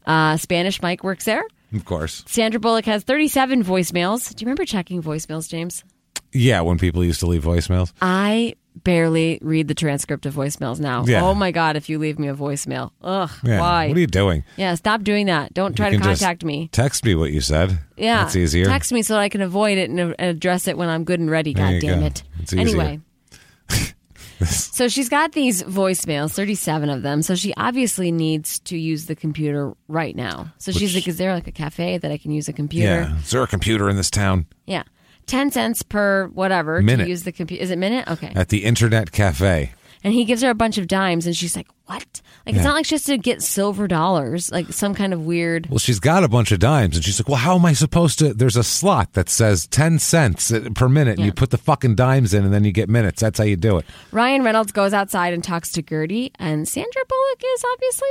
Uh, Spanish Mike works there. of course. Sandra Bullock has 37 voicemails. Do you remember checking voicemails, James? Yeah, when people used to leave voicemails. I barely read the transcript of voicemails now. Yeah. Oh my God, if you leave me a voicemail. Ugh, Yeah, why? What are you doing? yeah, stop doing that. Don't try You to can just contact me. Text me what you said. Yeah, That's easier. Text me so that I can avoid it and and address it when I'm good and ready. There you God damn go. it. It's easier. anyway. so she's got these voicemails, 37 of them. So she obviously needs to use the computer right now. So she's like, is there like a cafe that I can use a computer? Yeah. Is there a computer in this town? Yeah. 10 cents per whatever Minute. to use the computer. Is it minute? Okay. At the internet cafe. and he gives her a bunch of dimes and she's like, what? Like, Yeah. it's not like she has to get silver dollars, like some kind of weird. Well, she's got a bunch of dimes, and she's like, "Well, how am I supposed to?" There's a slot that says ten cents uh, per minute, and you put the fucking dimes in, and then you get minutes. That's how you do it. Ryan Reynolds goes outside and talks to Gertie, and Sandra Bullock is obviously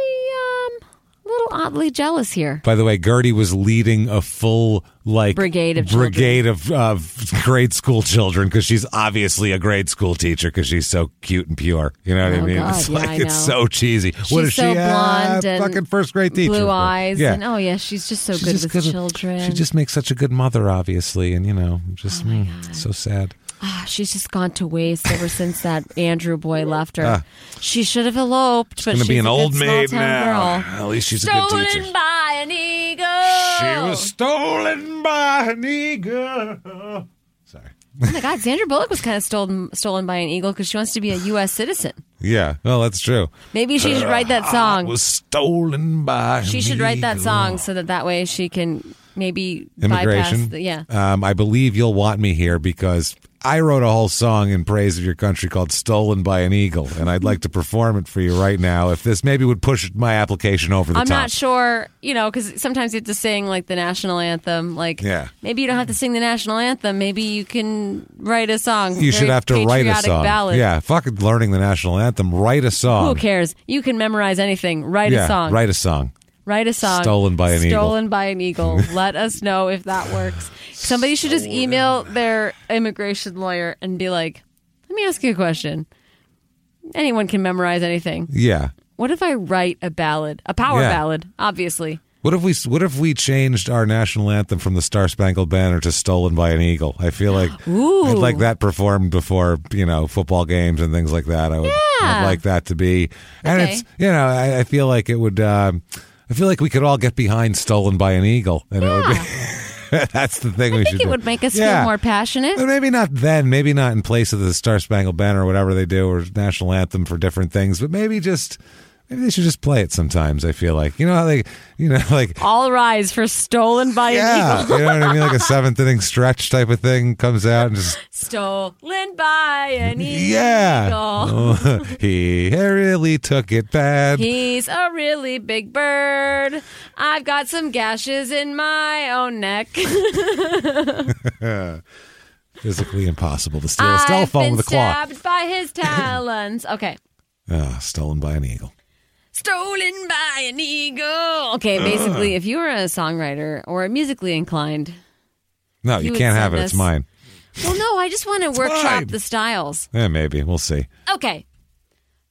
um, a little oddly jealous here. By the way, Gertie was leading a full like Brigade of children. brigade of uh, grade school children because she's obviously a grade school teacher because she's so cute and pure. You know what I Oh, mean? God, it's yeah, like I it's know. so cheesy. what She's is so she? Ah, blonde and fucking first grade teacher. Blue eyes. Yeah. And, oh, yeah, she's just so She's good just with good- children. Oh, She just makes such a good mother, obviously, and you know, just mm, so sad. Ah, she's just gone to waste ever since that Andrew boy left her. she should have eloped, but Ah. gonna she's be an a good old maid small-town now. Girl. At least she's a good teacher. Stolen by an eagle. She was stolen by an eagle. Sorry. Oh my God, Sandra Bullock was kind of stolen stolen by an eagle because she wants to be a U.S. citizen. Yeah, well, that's true. Maybe she should write that It song. Ah, was stolen by. Um, She an should write that eagle. song so that that way she can maybe Immigration. bypass. The, yeah. Um, I believe you'll want me here because I wrote a whole song in praise of your country called "Stolen by an Eagle," and I'd like to perform it for you right now. If this maybe would push my application over the I'm top. not sure, you know, because sometimes you have to sing like the national anthem. Like, Yeah. maybe you don't have to sing the national anthem. Maybe you can write a song. You should very have to write a patriotic song. Ballad. Yeah, fuck learning the national anthem. Write a song. Who cares? You can memorize anything. Write Yeah, a song. write a song. Write a song. Stolen by an eagle. Stolen by an eagle. Let us know if that works. Somebody should just email their immigration lawyer and be like, let me ask you a question. Anyone can memorize anything. Yeah. What if I write a ballad? A power Yeah. ballad, obviously. What if we What if we changed our national anthem from the Star Spangled Banner to "Stolen by an Eagle"? I feel like I'd like that performed before you know football games and things like that. I would I'd Yeah. like that to be, and Okay. it's you know I, I feel like it would. Um, I feel like we could all get behind "Stolen by an Eagle," and it would be. that's the thing we I should. think it do. would make us Yeah. feel more passionate. But maybe not then, maybe not in place of the Star Spangled Banner or whatever they do, or national anthem for different things. But maybe just maybe they should just play it sometimes. I feel like you know how they, you know, like All rise for stolen by an yeah, eagle. you know what I mean, like a seventh inning stretch type of thing comes out and just Stolen by an eagle. yeah, Oh, he really took it bad. He's a really big bird. I've got some gashes in my own neck. physically impossible to steal a I've cell phone been with a claw. stabbed by his talons. Okay. Ah, stolen by an eagle. Stolen by an eagle. Okay, basically, if you were a songwriter or musically inclined, No, You you would can't send have it. us- It's mine. well, no, I just want to workshop mine. the styles. Eh, maybe we'll see. Okay.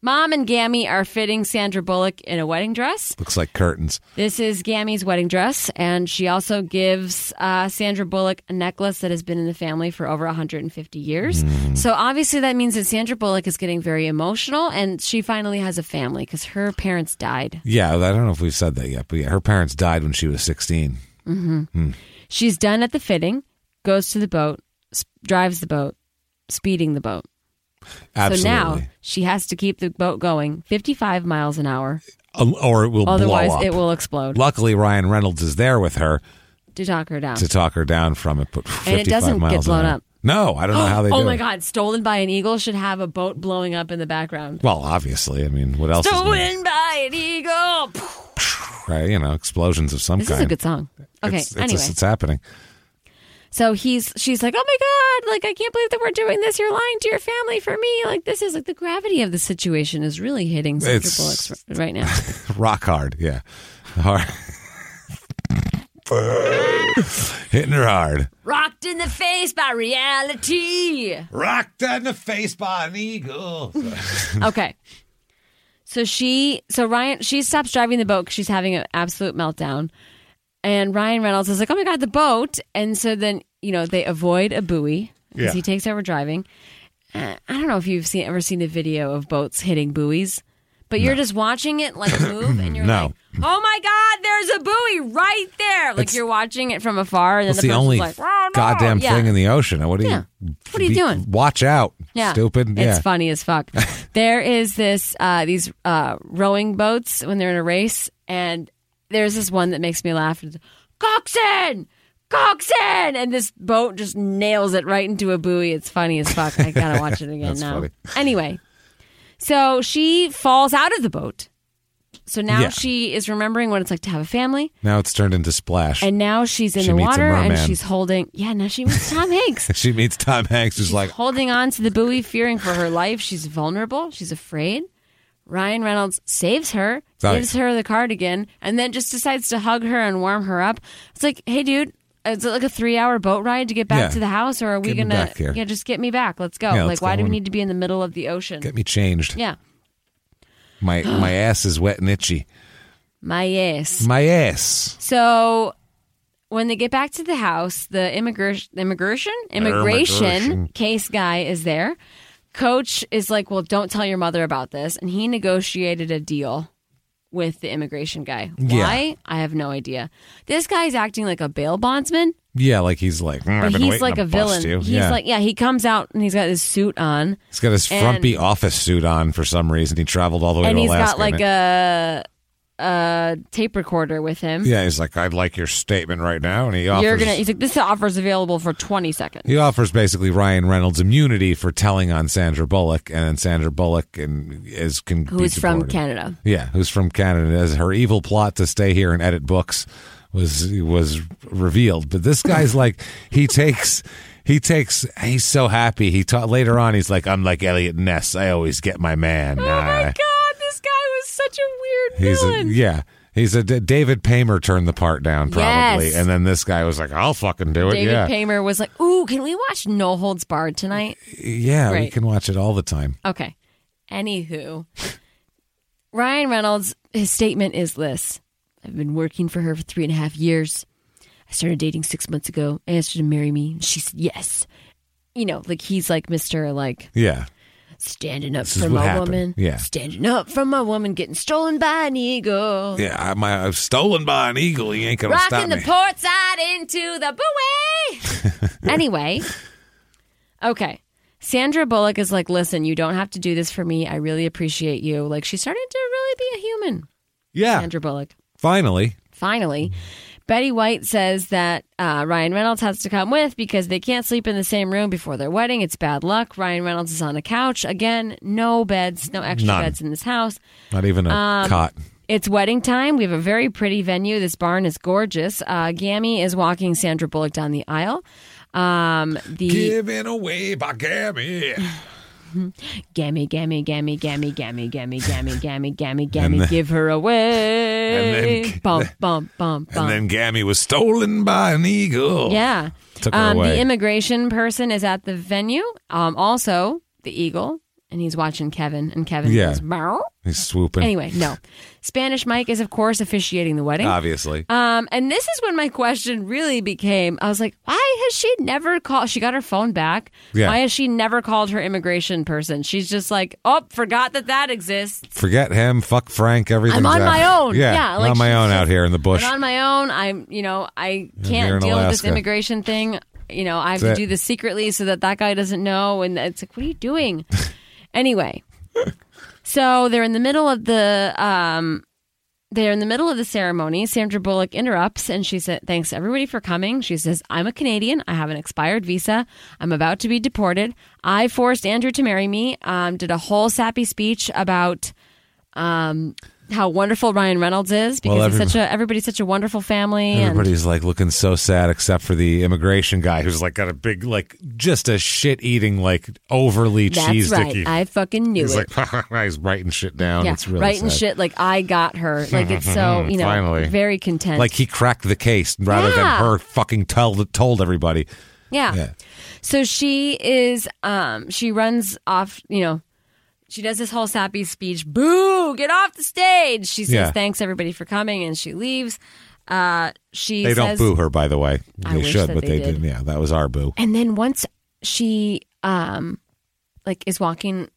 Mom and Gammy are fitting Sandra Bullock in a wedding dress. Looks like curtains. This is Gammy's wedding dress, and she also gives uh, Sandra Bullock a necklace that has been in the family for over 150 years. Mm. So obviously, that means that Sandra Bullock is getting very emotional, and she finally has a family because her parents died. Yeah, I don't know if we've said that yet, but yeah, her parents died when she was 16. She's done at the fitting, goes to the boat, s- drives the boat, speeding the boat. Absolutely. So now she has to keep the boat going 55 miles an hour, Um, or it will blow otherwise up. it will explode Luckily, Ryan Reynolds is there with her to talk her down. to talk her down from it. But And it 55 doesn't get miles an blown hour. up. No, I don't know how they oh do my it. God! Stolen by an eagle should have a boat blowing up in the background. Well, obviously, I mean, what else? is new? Stolen by an eagle. right? You know, explosions of some This kind. is a good song. Okay. It's, it's, anyway, it's happening. so he's she's like, oh my God! Like I can't believe that we're doing this. You're lying to your family for me. Like this is like the gravity of the situation is really hitting Sandra It's- Bullock r- right now. Rock hard, yeah, hard. Hitting her hard. Rocked in the face by reality. Rocked in the face by an eagle. Okay. So she, so Ryan, she stops driving the boat 'cause she's having an absolute meltdown. And Ryan Reynolds is like, oh my God, the boat. And so then, you know, they avoid a buoy because Yeah. he takes over driving. Uh, I don't know if you've seen, ever seen the video of boats hitting buoys, but you're just watching it like move and you're No. like, oh my God, there's a buoy right there. Like It's- you're watching it from afar. And then That's the, the person's only like, "Oh, no." goddamn Yeah. thing in the ocean. What are Yeah. you? What are you doing? Watch out, Yeah. stupid. Yeah, It's funny as fuck. there is this uh these uh rowing boats when they're in a race and there's this one that makes me laugh. It's, Coxswain! Coxswain! And this boat just nails it right into a buoy. It's funny as fuck. I gotta watch it again That's now. funny. Anyway. So she falls out of the boat. So now Yeah. she is remembering what it's like to have a family. Now it's turned into splash. And now she's in She the meets a water and merman. she's holding yeah, now she meets Tom Hanks. she meets Tom Hanks, who's She's like, holding on to the buoy, fearing for her life. She's vulnerable. She's afraid. Ryan Reynolds saves her, Nice. gives her the cardigan, and then just decides to hug her and warm her up. It's like, hey, dude, is it like a three-hour boat ride to get back Yeah. to the house, or are we Get me gonna? back here. Yeah, just get me back. Let's go. Yeah, like, let's why go do we on. need to be in the middle of the ocean? "Get me changed. yeah, My my ass is wet and itchy. my yes. My ass." So when they get back to the house, the immigration immigration immigration, Oh, Immigration. case guy is there. Coach is like, "Well, don't tell your mother about this." And he negotiated a deal with the immigration guy. Yeah. Why? I have no idea. This guy's acting like a bail bondsman. Yeah, like he's like, "Mm, I've but been he's waiting like to a villain. bust you." He's yeah. like, yeah, he comes out and he's got his suit on. he's got his and- frumpy office suit on for some reason. He traveled all the way and to he's Alaska. got like in it. a a tape recorder with him. yeah, he's like, I'd like your statement right now, and he offers. You're gonna. He's like, this offer's available for twenty seconds. he offers basically Ryan Reynolds immunity for telling on Sandra Bullock, and then Sandra Bullock and is can be Who's from deported. Canada? Yeah, who's from Canada? As her evil plot to stay here and edit books was was revealed, but this guy's like he takes he takes he's so happy. He ta- later on he's like I'm like Elliot Ness. I always get my man. Oh my Uh, god, this guy was such a weird he's a, villain. yeah. He's a D- David Paymer turned the part down probably, Yes. and then this guy was like, "I'll fucking do it." David yeah, Paymer was like, "Ooh, can we watch No Holds Barred tonight?" yeah, we Right. can watch it all the time. Okay. Anywho, Ryan Reynolds, his statement is this: "I've been working for her for three and a half years. I started dating six months ago. I asked her to marry me. She said yes." You know, like he's like Mister like Yeah, standing up is for what my happened. woman, Yeah. standing up for my woman, getting stolen by an eagle. yeah. I, my, I'm stolen by an eagle. He ain't gonna stop Rocking the me. port side into the buoy. anyway, okay. Sandra Bullock is like, listen, you don't have to do this for me. I really appreciate you. Like, she's starting to really be a human, yeah, Sandra Bullock. finally. Finally, Betty White says that uh, Ryan Reynolds has to come with because they can't sleep in the same room before their wedding. It's bad luck. Ryan Reynolds is on a couch. Again, no beds, no extra None. beds in this house. Not even a Um, cot. It's wedding time. We have a very pretty venue. This barn is gorgeous. Uh, Gammy is walking Sandra Bullock down the aisle. Um, the Giving away by Gabby. gammy, gammy, gammy, gammy, gammy, gammy, gammy, gammy, gammy, And gammy, then- give her away. And then- bump, bump, bump, And bump. then Gammy was stolen by an eagle. yeah. Took her Um, away. the immigration person is at the venue. Um, also the eagle, and he's watching Kevin, and Kevin Yeah. goes, "Meow." He's swooping. Anyway, no. Spanish Mike is of course officiating the wedding. Obviously. Um, and this is when my question really became I was like, why has she never called? She got her phone back. Yeah. Why has she never called her immigration person? She's just like, oh, forgot that that exists. Forget him. Fuck Frank. Everything. I'm on my own. Yeah. Yeah, I'm like on my she's own out just- here in the bush. But on my own, I'm, you know, I here in can't deal with this Alaska. immigration thing. You know, I have That's to it. do this secretly so that that guy doesn't know. And it's like, what are you doing? anyway, so they're in the middle of the, um, they're in the middle of the ceremony. Sandra Bullock interrupts and she said, Thanks everybody for coming. She says, I'm a Canadian. I have an expired visa. I'm about to be deported. I forced Andrew to marry me. Um, did a whole sappy speech about um, how wonderful Ryan Reynolds is because Well, every- he's such a everybody's such a wonderful family. and Everybody's like looking so sad, except for the immigration guy who's like got a big, like just a shit eating, like overly that's cheese right. dicky. I fucking knew He's it. like, he's writing shit down. yeah, it's really writing sad. shit like I got her. Like it's so you know Finally. very content. Like he cracked the case rather Yeah. than her fucking tell, told everybody. yeah. So she is um she runs off, you know, she does this whole sappy speech, boo, get off the stage. She says Yeah. thanks everybody for coming and she leaves. Uh she They says don't boo her, by the way. I they wish should, that but they they, did. didn't. Yeah, that was our boo. and then once she um like is walking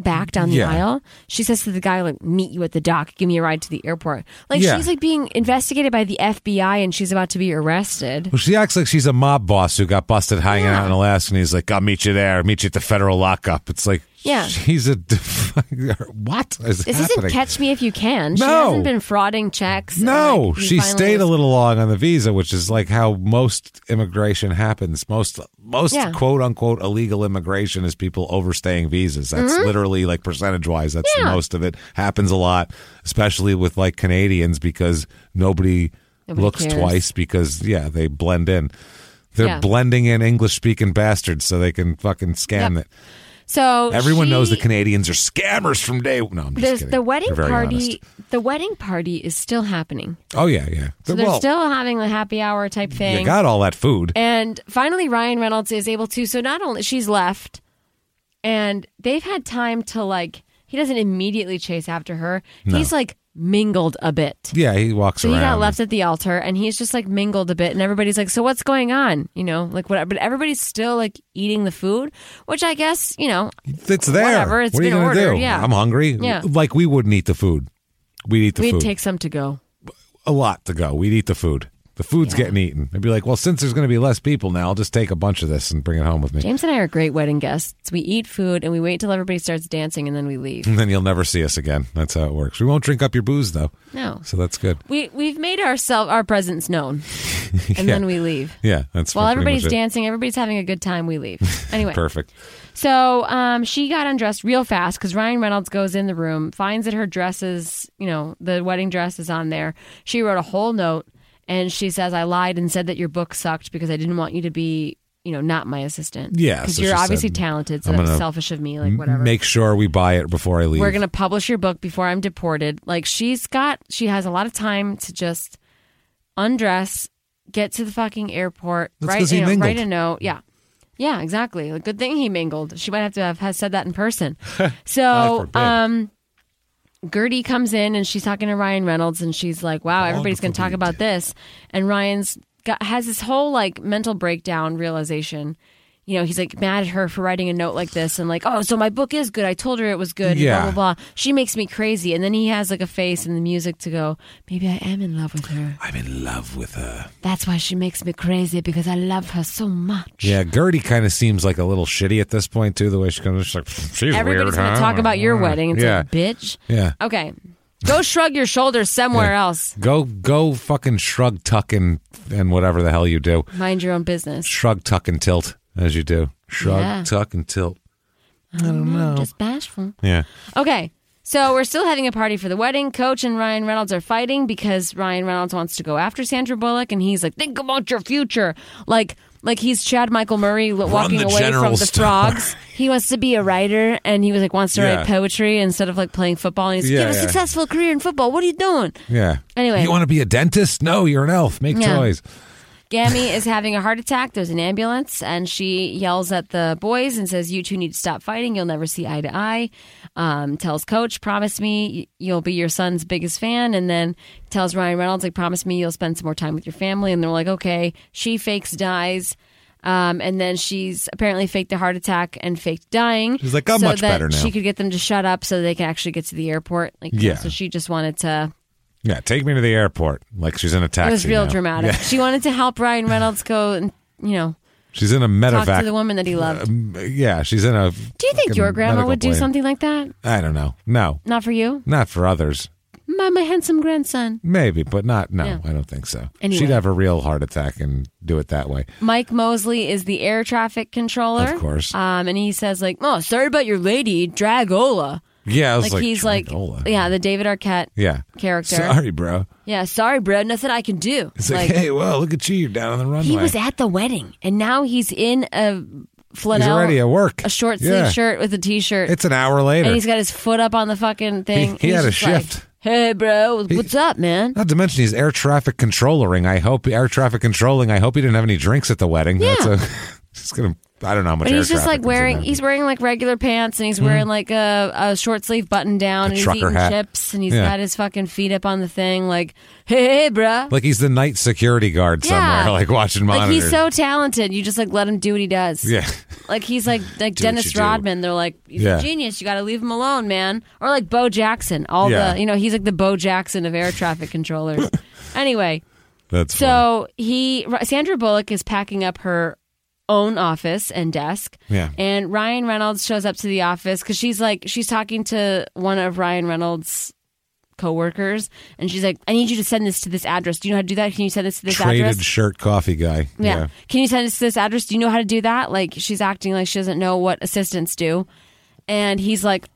back down the Yeah. aisle, she says to the guy like meet you at the dock, give me a ride to the airport. Like Yeah. she's like being investigated by the FBI and she's about to be arrested. Well, she acts like she's a mob boss who got busted hanging out in Alaska, and he's like, "I'll meet you there. Meet you at the federal lockup." It's like, Yeah. she's a what is This happening? isn't catch me if you can. She No. hasn't been frauding checks. and, no, like, we she finally- stayed a little long on the visa, which is like how most immigration happens. Most most Yeah. quote unquote illegal immigration is people overstaying visas. That's literally like percentage wise. That's the Mm-hmm. Yeah. most of it happens a lot, especially with like Canadians because nobody, Nobody looks cares. twice because yeah they blend in. They're Yeah. blending in English speaking bastards so they can fucking scam Yep. it. So Everyone she- knows the Canadians are scammers from day. No, I'm just there's- kidding. The wedding They're very party. honest. The wedding party is still happening. Oh yeah, yeah. So they're Well, still having the happy hour type thing. you got all that food. And finally, Ryan Reynolds is able to. So not only she's left, and they've had time to like. He doesn't immediately chase after her. He's like mingled a bit. Yeah, he walks So around. he got left at the altar, and he's just like mingled a bit, and everybody's like, "So what's going on?" You know, like whatever. But everybody's still like eating the food, which I guess you know. It's there. Whatever, it's what are you been gonna ordered, do? yeah. I'm hungry. Yeah. Like we wouldn't eat the food. We'd eat the We'd food. take some to go. a lot to go. We'd eat the food. The food's getting eaten. I'd be like, well, since there's going to be less people now, I'll just take a bunch of this and bring it home with me. James and I are great wedding guests. We eat food and we wait till everybody starts dancing, and then we leave. And then you'll never see us again. That's how it works. We won't drink up your booze though, No, so that's good. we we've made ourselves our presence known, and Yeah. then we leave. Yeah, that's While pretty much everybody's it. dancing, everybody's having a good time. We leave anyway. Perfect. So um, she got undressed real fast because Ryan Reynolds goes in the room, finds that her dress is, you know, the wedding dress is on there. She wrote a whole note and she says, I lied and said that your book sucked because I didn't want you to be, you know, not my assistant. Yeah, Because so you're she obviously said, talented. So "I'm that's gonna selfish of me. Like, whatever. Make sure we buy it before I leave. We're going to publish your book before I'm deported. Like, she's got, she has a lot of time to just undress, get to the fucking airport, That's write, 'cause he you know, write mingled. a note. Yeah. Yeah, exactly. Like, good thing he mingled. She might have to have has said that in person. God So, forbid. um, Gertie comes in and she's talking to Ryan Reynolds, and she's like, "Wow, everybody's going to talk about this." And Ryan's got, has this whole like mental breakdown realization. You know, he's like mad at her for writing a note like this, and like, "Oh, so my book is good. I told her it was good." and Yeah. blah blah blah. She makes me crazy, and then he has like a face and the music to go. Maybe I am in love with her. I'm in love with her. That's why she makes me crazy because I love her so much. Yeah, Gertie kind of seems like a little shitty at this point too. The way she comes, she's like, she's Everybody's weird. gonna huh? talk about your wedding. It's yeah, like, bitch. yeah. Okay. Go shrug your shoulders somewhere else. Go, go, fucking shrug, tuck, and and whatever the hell you do. Mind your own business. Shrug, tuck, and tilt as you do. Shrug, Yeah. tuck, and tilt. I don't know. Just Mm-hmm, bashful. Yeah. Okay. So we're still having a party for the wedding. Coach and Ryan Reynolds are fighting because Ryan Reynolds wants to go after Sandra Bullock, and he's like, "Think about your future." Like, like he's Chad Michael Murray l- walking the away from General the Store. frogs. He wants to be a writer, and he was like wants to Yeah. write poetry instead of like playing football. And he's like, Yeah, "You have yeah. a successful career in football. What are you doing?" Yeah. Anyway. You want to be a dentist? No, you're an elf. Make Yeah. toys. Gammy is having a heart attack. There's an ambulance, and she yells at the boys and says, "You two need to stop fighting. You'll never see eye to eye." Um, tells Coach, "Promise me y- you'll be your son's biggest fan," and then tells Ryan Reynolds, "Like, promise me you'll spend some more time with your family." And they're like, "Okay." She fakes dies, um, and then she's apparently faked a heart attack and faked dying. She's like, "I'm so much that better now." She could get them to shut up so they can actually get to the airport. Like, Yeah. So she just wanted to Yeah, take me to the airport. Like she's in a taxi. it was real now. dramatic. Yeah. She wanted to help Ryan Reynolds go and you know She's in a talk to medevac. the woman that he loved. yeah, she's in uh, a. do you think your grandma would do something like that? I don't know. No, Not for you, not for others. my my handsome grandson, Maybe, but not. No, Yeah. I don't think so. Anyway. She'd have a real heart attack and do it that way. Mike Mosley is the air traffic controller, Of course. Um, and he says like, "Oh, sorry about your lady, Dragola." Yeah, I was Like, like, he's Dragola. like, yeah, the David Arquette yeah. character. Sorry, bro. Yeah, sorry, bro, nothing I can do. It's like, hey, well, look at you. You're down on the runway. he was at the wedding, and now he's in a He's flannel, already at work. a short sleeve Yeah. shirt with a t-shirt. It's an hour later. and he's got his foot up on the fucking thing. he He's had a just like, shift. hey, bro, what's up, man? Not to mention he's air traffic controlling. I hope air traffic controlling. I hope he didn't have any drinks at the wedding. Yeah. That's a, he's gonna. I don't know how much. But air he's just traffic like is in wearing, there. he's wearing like regular pants, and he's wearing like a, a short sleeve button down, and he's Mm-hmm. trucker eating hat. chips, and he's Yeah. got his fucking feet up on the thing, like, hey, hey, bro. like he's the night security guard somewhere, Yeah. like watching Like, monitors. he's so talented. You just like let him do what he does. yeah, Like he's like like what you Dennis do. Rodman. They're like he's Yeah. a genius. You got to leave him alone, man. Or like Bo Jackson. All Yeah. the you know he's like the Bo Jackson of air traffic controllers. anyway, that's funny. So he, Sandra Bullock is packing up her own office and desk. Yeah. And Ryan Reynolds shows up to the office because she's like, she's talking to one of Ryan Reynolds' coworkers, and she's like, "I need you to send this to this address. Do you know how to do that? Can you send this to this traded address?" shirt coffee guy. Yeah. Can you send us this address? Do you know how to do that? Like she's acting like she doesn't know what assistants do. And he's like,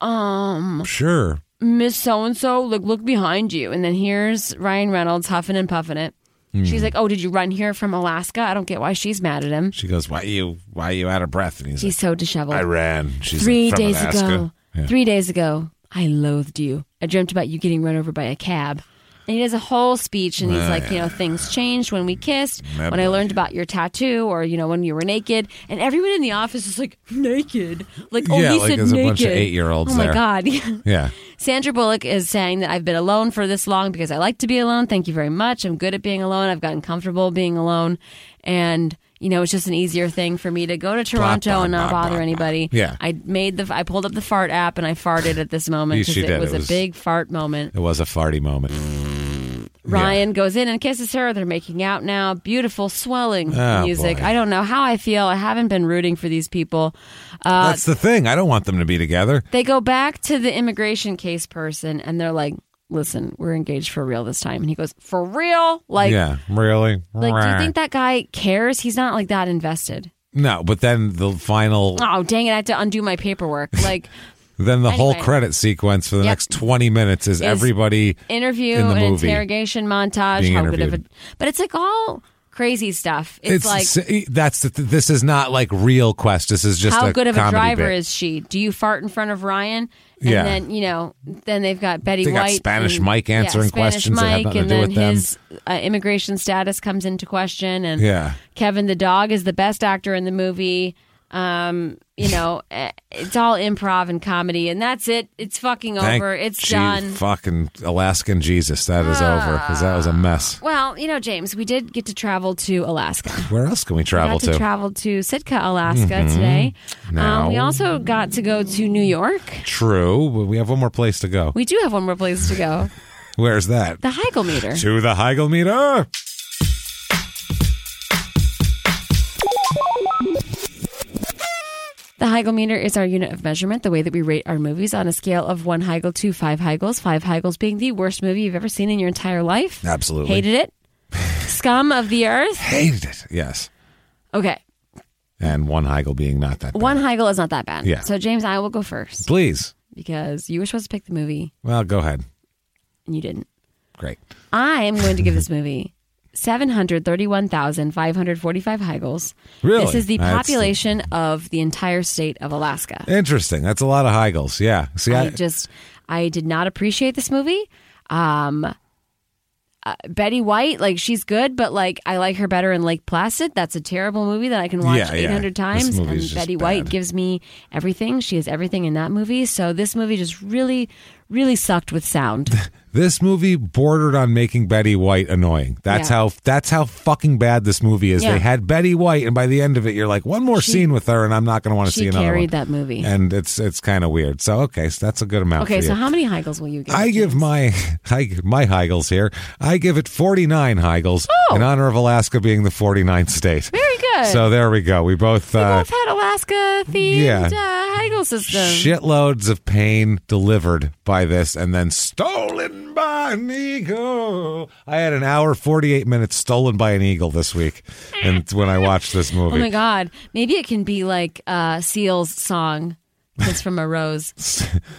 um, Yeah. sure. Miss So and so, like, look behind you. And then here's Ryan Reynolds huffing and puffing it. Hmm. She's like, Oh, did you run here from Alaska? I don't get why she's mad at him. She goes, "Why you? Why you out of breath?" And he's, He's so disheveled. like, "I ran." She's Three like, "From days Alaska." ago, Yeah. three days ago, I loathed you. I dreamt about you getting run over by a cab. And he does a whole speech and he's like, you know, things changed when we kissed, Remember. when I learned about your tattoo, or, you know, when you were naked. And everyone in the office is like, naked. Like, oh, Yeah, he like said there's a naked. bunch of eight-year-olds Oh, my there. God. Yeah. Sandra Bullock is saying that I've been alone for this long because I like to be alone. Thank you very much. I'm good at being alone. I've gotten comfortable being alone. And, you know, it's just an easier thing for me to go to Toronto blah, and not blah, bother blah, anybody. blah. Yeah. I made the, I pulled up the fart app and I farted at this moment Yes, because you it, did. was It a was- big fart moment. It was a farty moment. Ryan goes in and kisses her. They're making out now. Beautiful swelling Oh, music. boy. I don't know how I feel. I haven't been rooting for these people. Uh, That's the thing. I don't want them to be together. They go back to the immigration case person and they're like, listen, we're engaged for real this time. And he goes, for real? Like, yeah, really. like do you Rah. think that guy cares? He's not like that invested. No, but then the final, Oh, dang it. I have to undo my paperwork. Like, then the whole anyway. credit sequence for the Yep. next twenty minutes is, everybody interview In the and movie. interrogation montage. Being how good of a. interviewed. But it's like all crazy stuff. It's, It's, like, s- that's the, th- this is not like real quest. This is just how a good of a comedy driver bit. is she? Do you fart in front of Ryan? And Yeah. then, you know, then they've got Betty They got White. Spanish and- Mike answering yeah, Spanish questions that have Mike, nothing to and do then with them. his uh, immigration status comes into question. And Yeah. Kevin the dog is the best actor in the movie. Um, you know, eh, it's all improv and comedy, and that's it. It's fucking Thank over. It's gee- done. Fucking Alaskan Jesus, that is over because that was a mess. well, you know, James, we did get to travel to Alaska. Where else can we travel Mm-hmm. got Ah. to, travel to Sitka, Alaska today. Now. Um, we also got to go to New York. True, but we have one more place to go. We do have one more place to go. Where's that? The Heigl meter. to the Heigl meter. The Heigl meter is our unit of measurement, the way that we rate our movies on a scale of one Heigl to five Heigls, five Heigls being the worst movie you've ever seen in your entire life. Absolutely Hated it. Scum of the earth. Hated it. Yes, Okay. and one Heigl being not that. bad. One Heigl is not that bad. Yeah. So, James, I will go first. Please, because you were supposed to pick the movie Well, go ahead. and you didn't. Great. I'm going to give this movie 731,545 Heigls. Really? This is the That's- population of the entire state of Alaska. Interesting. That's a lot of Heigls. Yeah. See, I, I just, I did not appreciate this movie. Um, uh, Betty White, like she's good, but like I like her better in Lake Placid. That's a terrible movie that I can watch Yeah, yeah. 800 This times. movie's And just Betty White bad. gives me everything. She is everything in that movie. So this movie just really, really sucked with sound. this movie bordered on making Betty White annoying. That's Yeah. how that's how fucking bad this movie is. Yeah. They had Betty White, and by the end of it, you're like, one more She- scene with her, and I'm not going to want to she see another carried one. that movie. And it's it's kind of weird. So okay, so that's a good amount. Okay, for so you. how many Heigls will you give? I give my I, my Heigels here. I give it 49 Heigels in honor of Alaska being the 49th state. Oh! Very good. So there we go. We both we uh, both had Alaska themed yeah. uh, Heigl system. shitloads of pain delivered by this and then stolen by an eagle. I had an hour 48 minutes stolen by an eagle this week and when I watched this movie. Oh my god! Maybe it can be like uh, Seal's song, "Kiss from a Rose."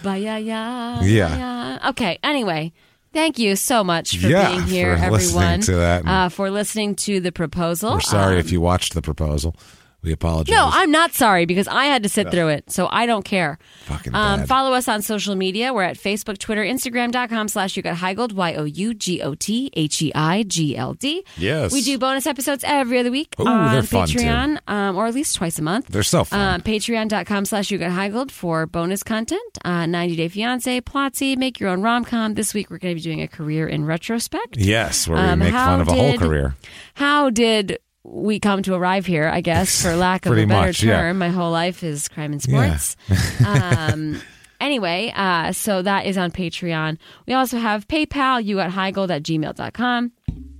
Bye, yeah, yeah, Yeah. yeah. Okay. Anyway, thank you so much for Yeah, being here, for listening everyone. to that. Uh, for listening to the proposal. We're sorry Um, if you watched the proposal. We apologize. No, I'm not sorry because I had to sit through it, so I don't care. Fucking Um, bad. follow us on social media. We're at Facebook, Twitter, Instagram.com slash you got Heigold, Y O U G O T H E I G L D. Yes. We do bonus episodes every other week Ooh, on they're fun, too. Patreon, um, or at least twice a month. They're so fun. Um, Patreon.com slash you got Heigold for bonus content. Uh, 90 Day Fiance, Plotsy, Make Your Own Rom Com. This week we're going to be doing a career in retrospect. yes, where we um, make how fun of a whole did- career. How did we come to arrive here, I guess, for lack of Pretty a better much, yeah. term? My whole life is crime and sports. um, anyway, uh, so that is on Patreon. We also have PayPal, you at highgold at gmail.com.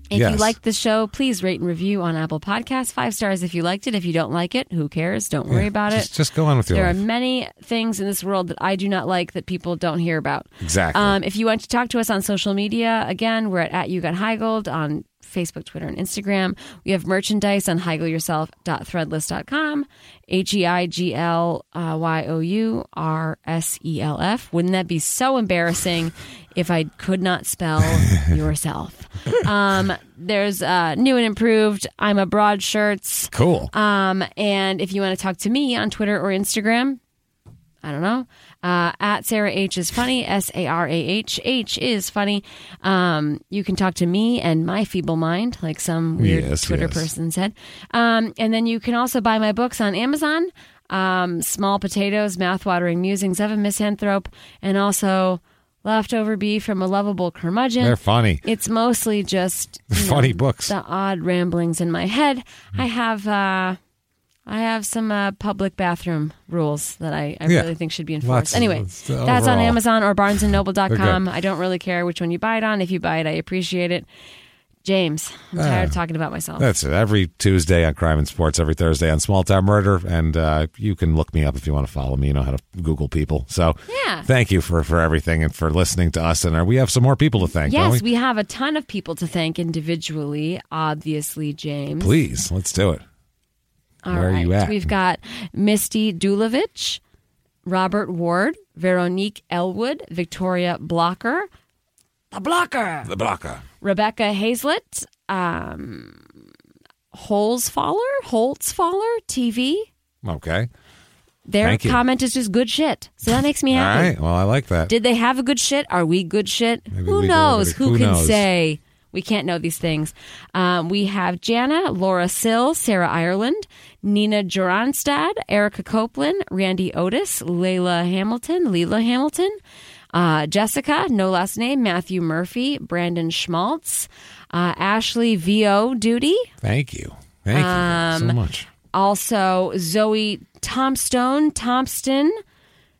If you Yes. like the show, please rate and review on Apple Podcasts. Five stars if you liked it. If you don't like it, who cares? Don't worry about Just, it. just go on with your There are life. many things in this world that I do not like that people don't hear about. Exactly. Um, if you want to talk to us on social media, again, we're at, at you got Heigold on Facebook, Twitter, and Instagram. We have merchandise on heiglyourself.threadless.com, H E I G L uh, Y O U R S E L F. Wouldn't that be so embarrassing if I could not spell yourself? Um, there's uh, new and improved I'm Abroad shirts. cool. Um, and if you want to talk to me on Twitter or Instagram, I don't know. Uh, at Sarah H is funny. S A R A H H is funny. Um, you can talk to me and my feeble mind, like some weird Yes, Twitter yes. person said. Um, and then you can also buy my books on Amazon. Um, Small potatoes, mouthwatering musings of a misanthrope, and also leftover beef from a lovable curmudgeon. They're funny. It's mostly just you know, Funny books. the odd ramblings in my head. Hmm. I have uh, I have some uh, public bathroom rules that I, I Yeah. really think should be enforced. Lots of- anyway, it's, uh, that's on overall. Amazon or barnesandnoble.com. Okay. I don't really care which one you buy it on. If you buy it, I appreciate it. James, I'm Ah. tired of talking about myself. That's it. Every Tuesday on Crime and Sports, every Thursday on Small Town Murder, and uh, you can look me up if you want to follow me. You know how to Google people. So Yeah. thank you for for everything and for listening to us. And uh, we have some more people to thank. don't Yes, we have a ton of people to thank individually, obviously, James. please let's do it. All Where are you right. at? We've got Misty Dulovich, Robert Ward, Veronique Elwood, Victoria Blocker, the Blocker, The blocker. Rebecca Hazlett, um, Holzfaller, Holtzfaller TV. Okay. Their Thank you. comment is just good shit. So that makes me All happy. right. Well, I like that. Did they have a good shit? Are we good shit? Who we knows? delivered it. Who, Who can knows? say? We can't know these things. Um, we have Jana, Laura Sill, Sarah Ireland, Nina Joranstad, Erica Copeland, Randy Otis, Layla Hamilton, Leela Hamilton, uh, Jessica, no last name, Matthew Murphy, Brandon Schmaltz, uh, Ashley VO Duty, thank you. Thank you so Um, much. also Zoe Tompstone, Thompson.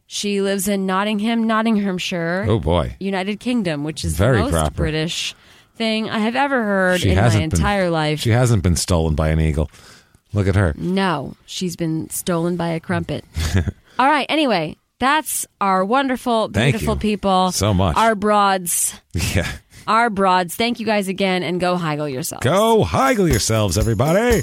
She lives in Nottingham, Nottinghamshire. Oh boy. United Kingdom, which is Very the most proper. British thing I have ever heard She in my hasn't been- entire life. She hasn't been stolen by an eagle. Look at her. no, she's been stolen by a crumpet. All right. Anyway, that's our wonderful, Thank beautiful you people. so much. Our broads. Yeah. Our broads. Thank you guys again, and go haggle yourself. Go Heigl yourselves, everybody.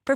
for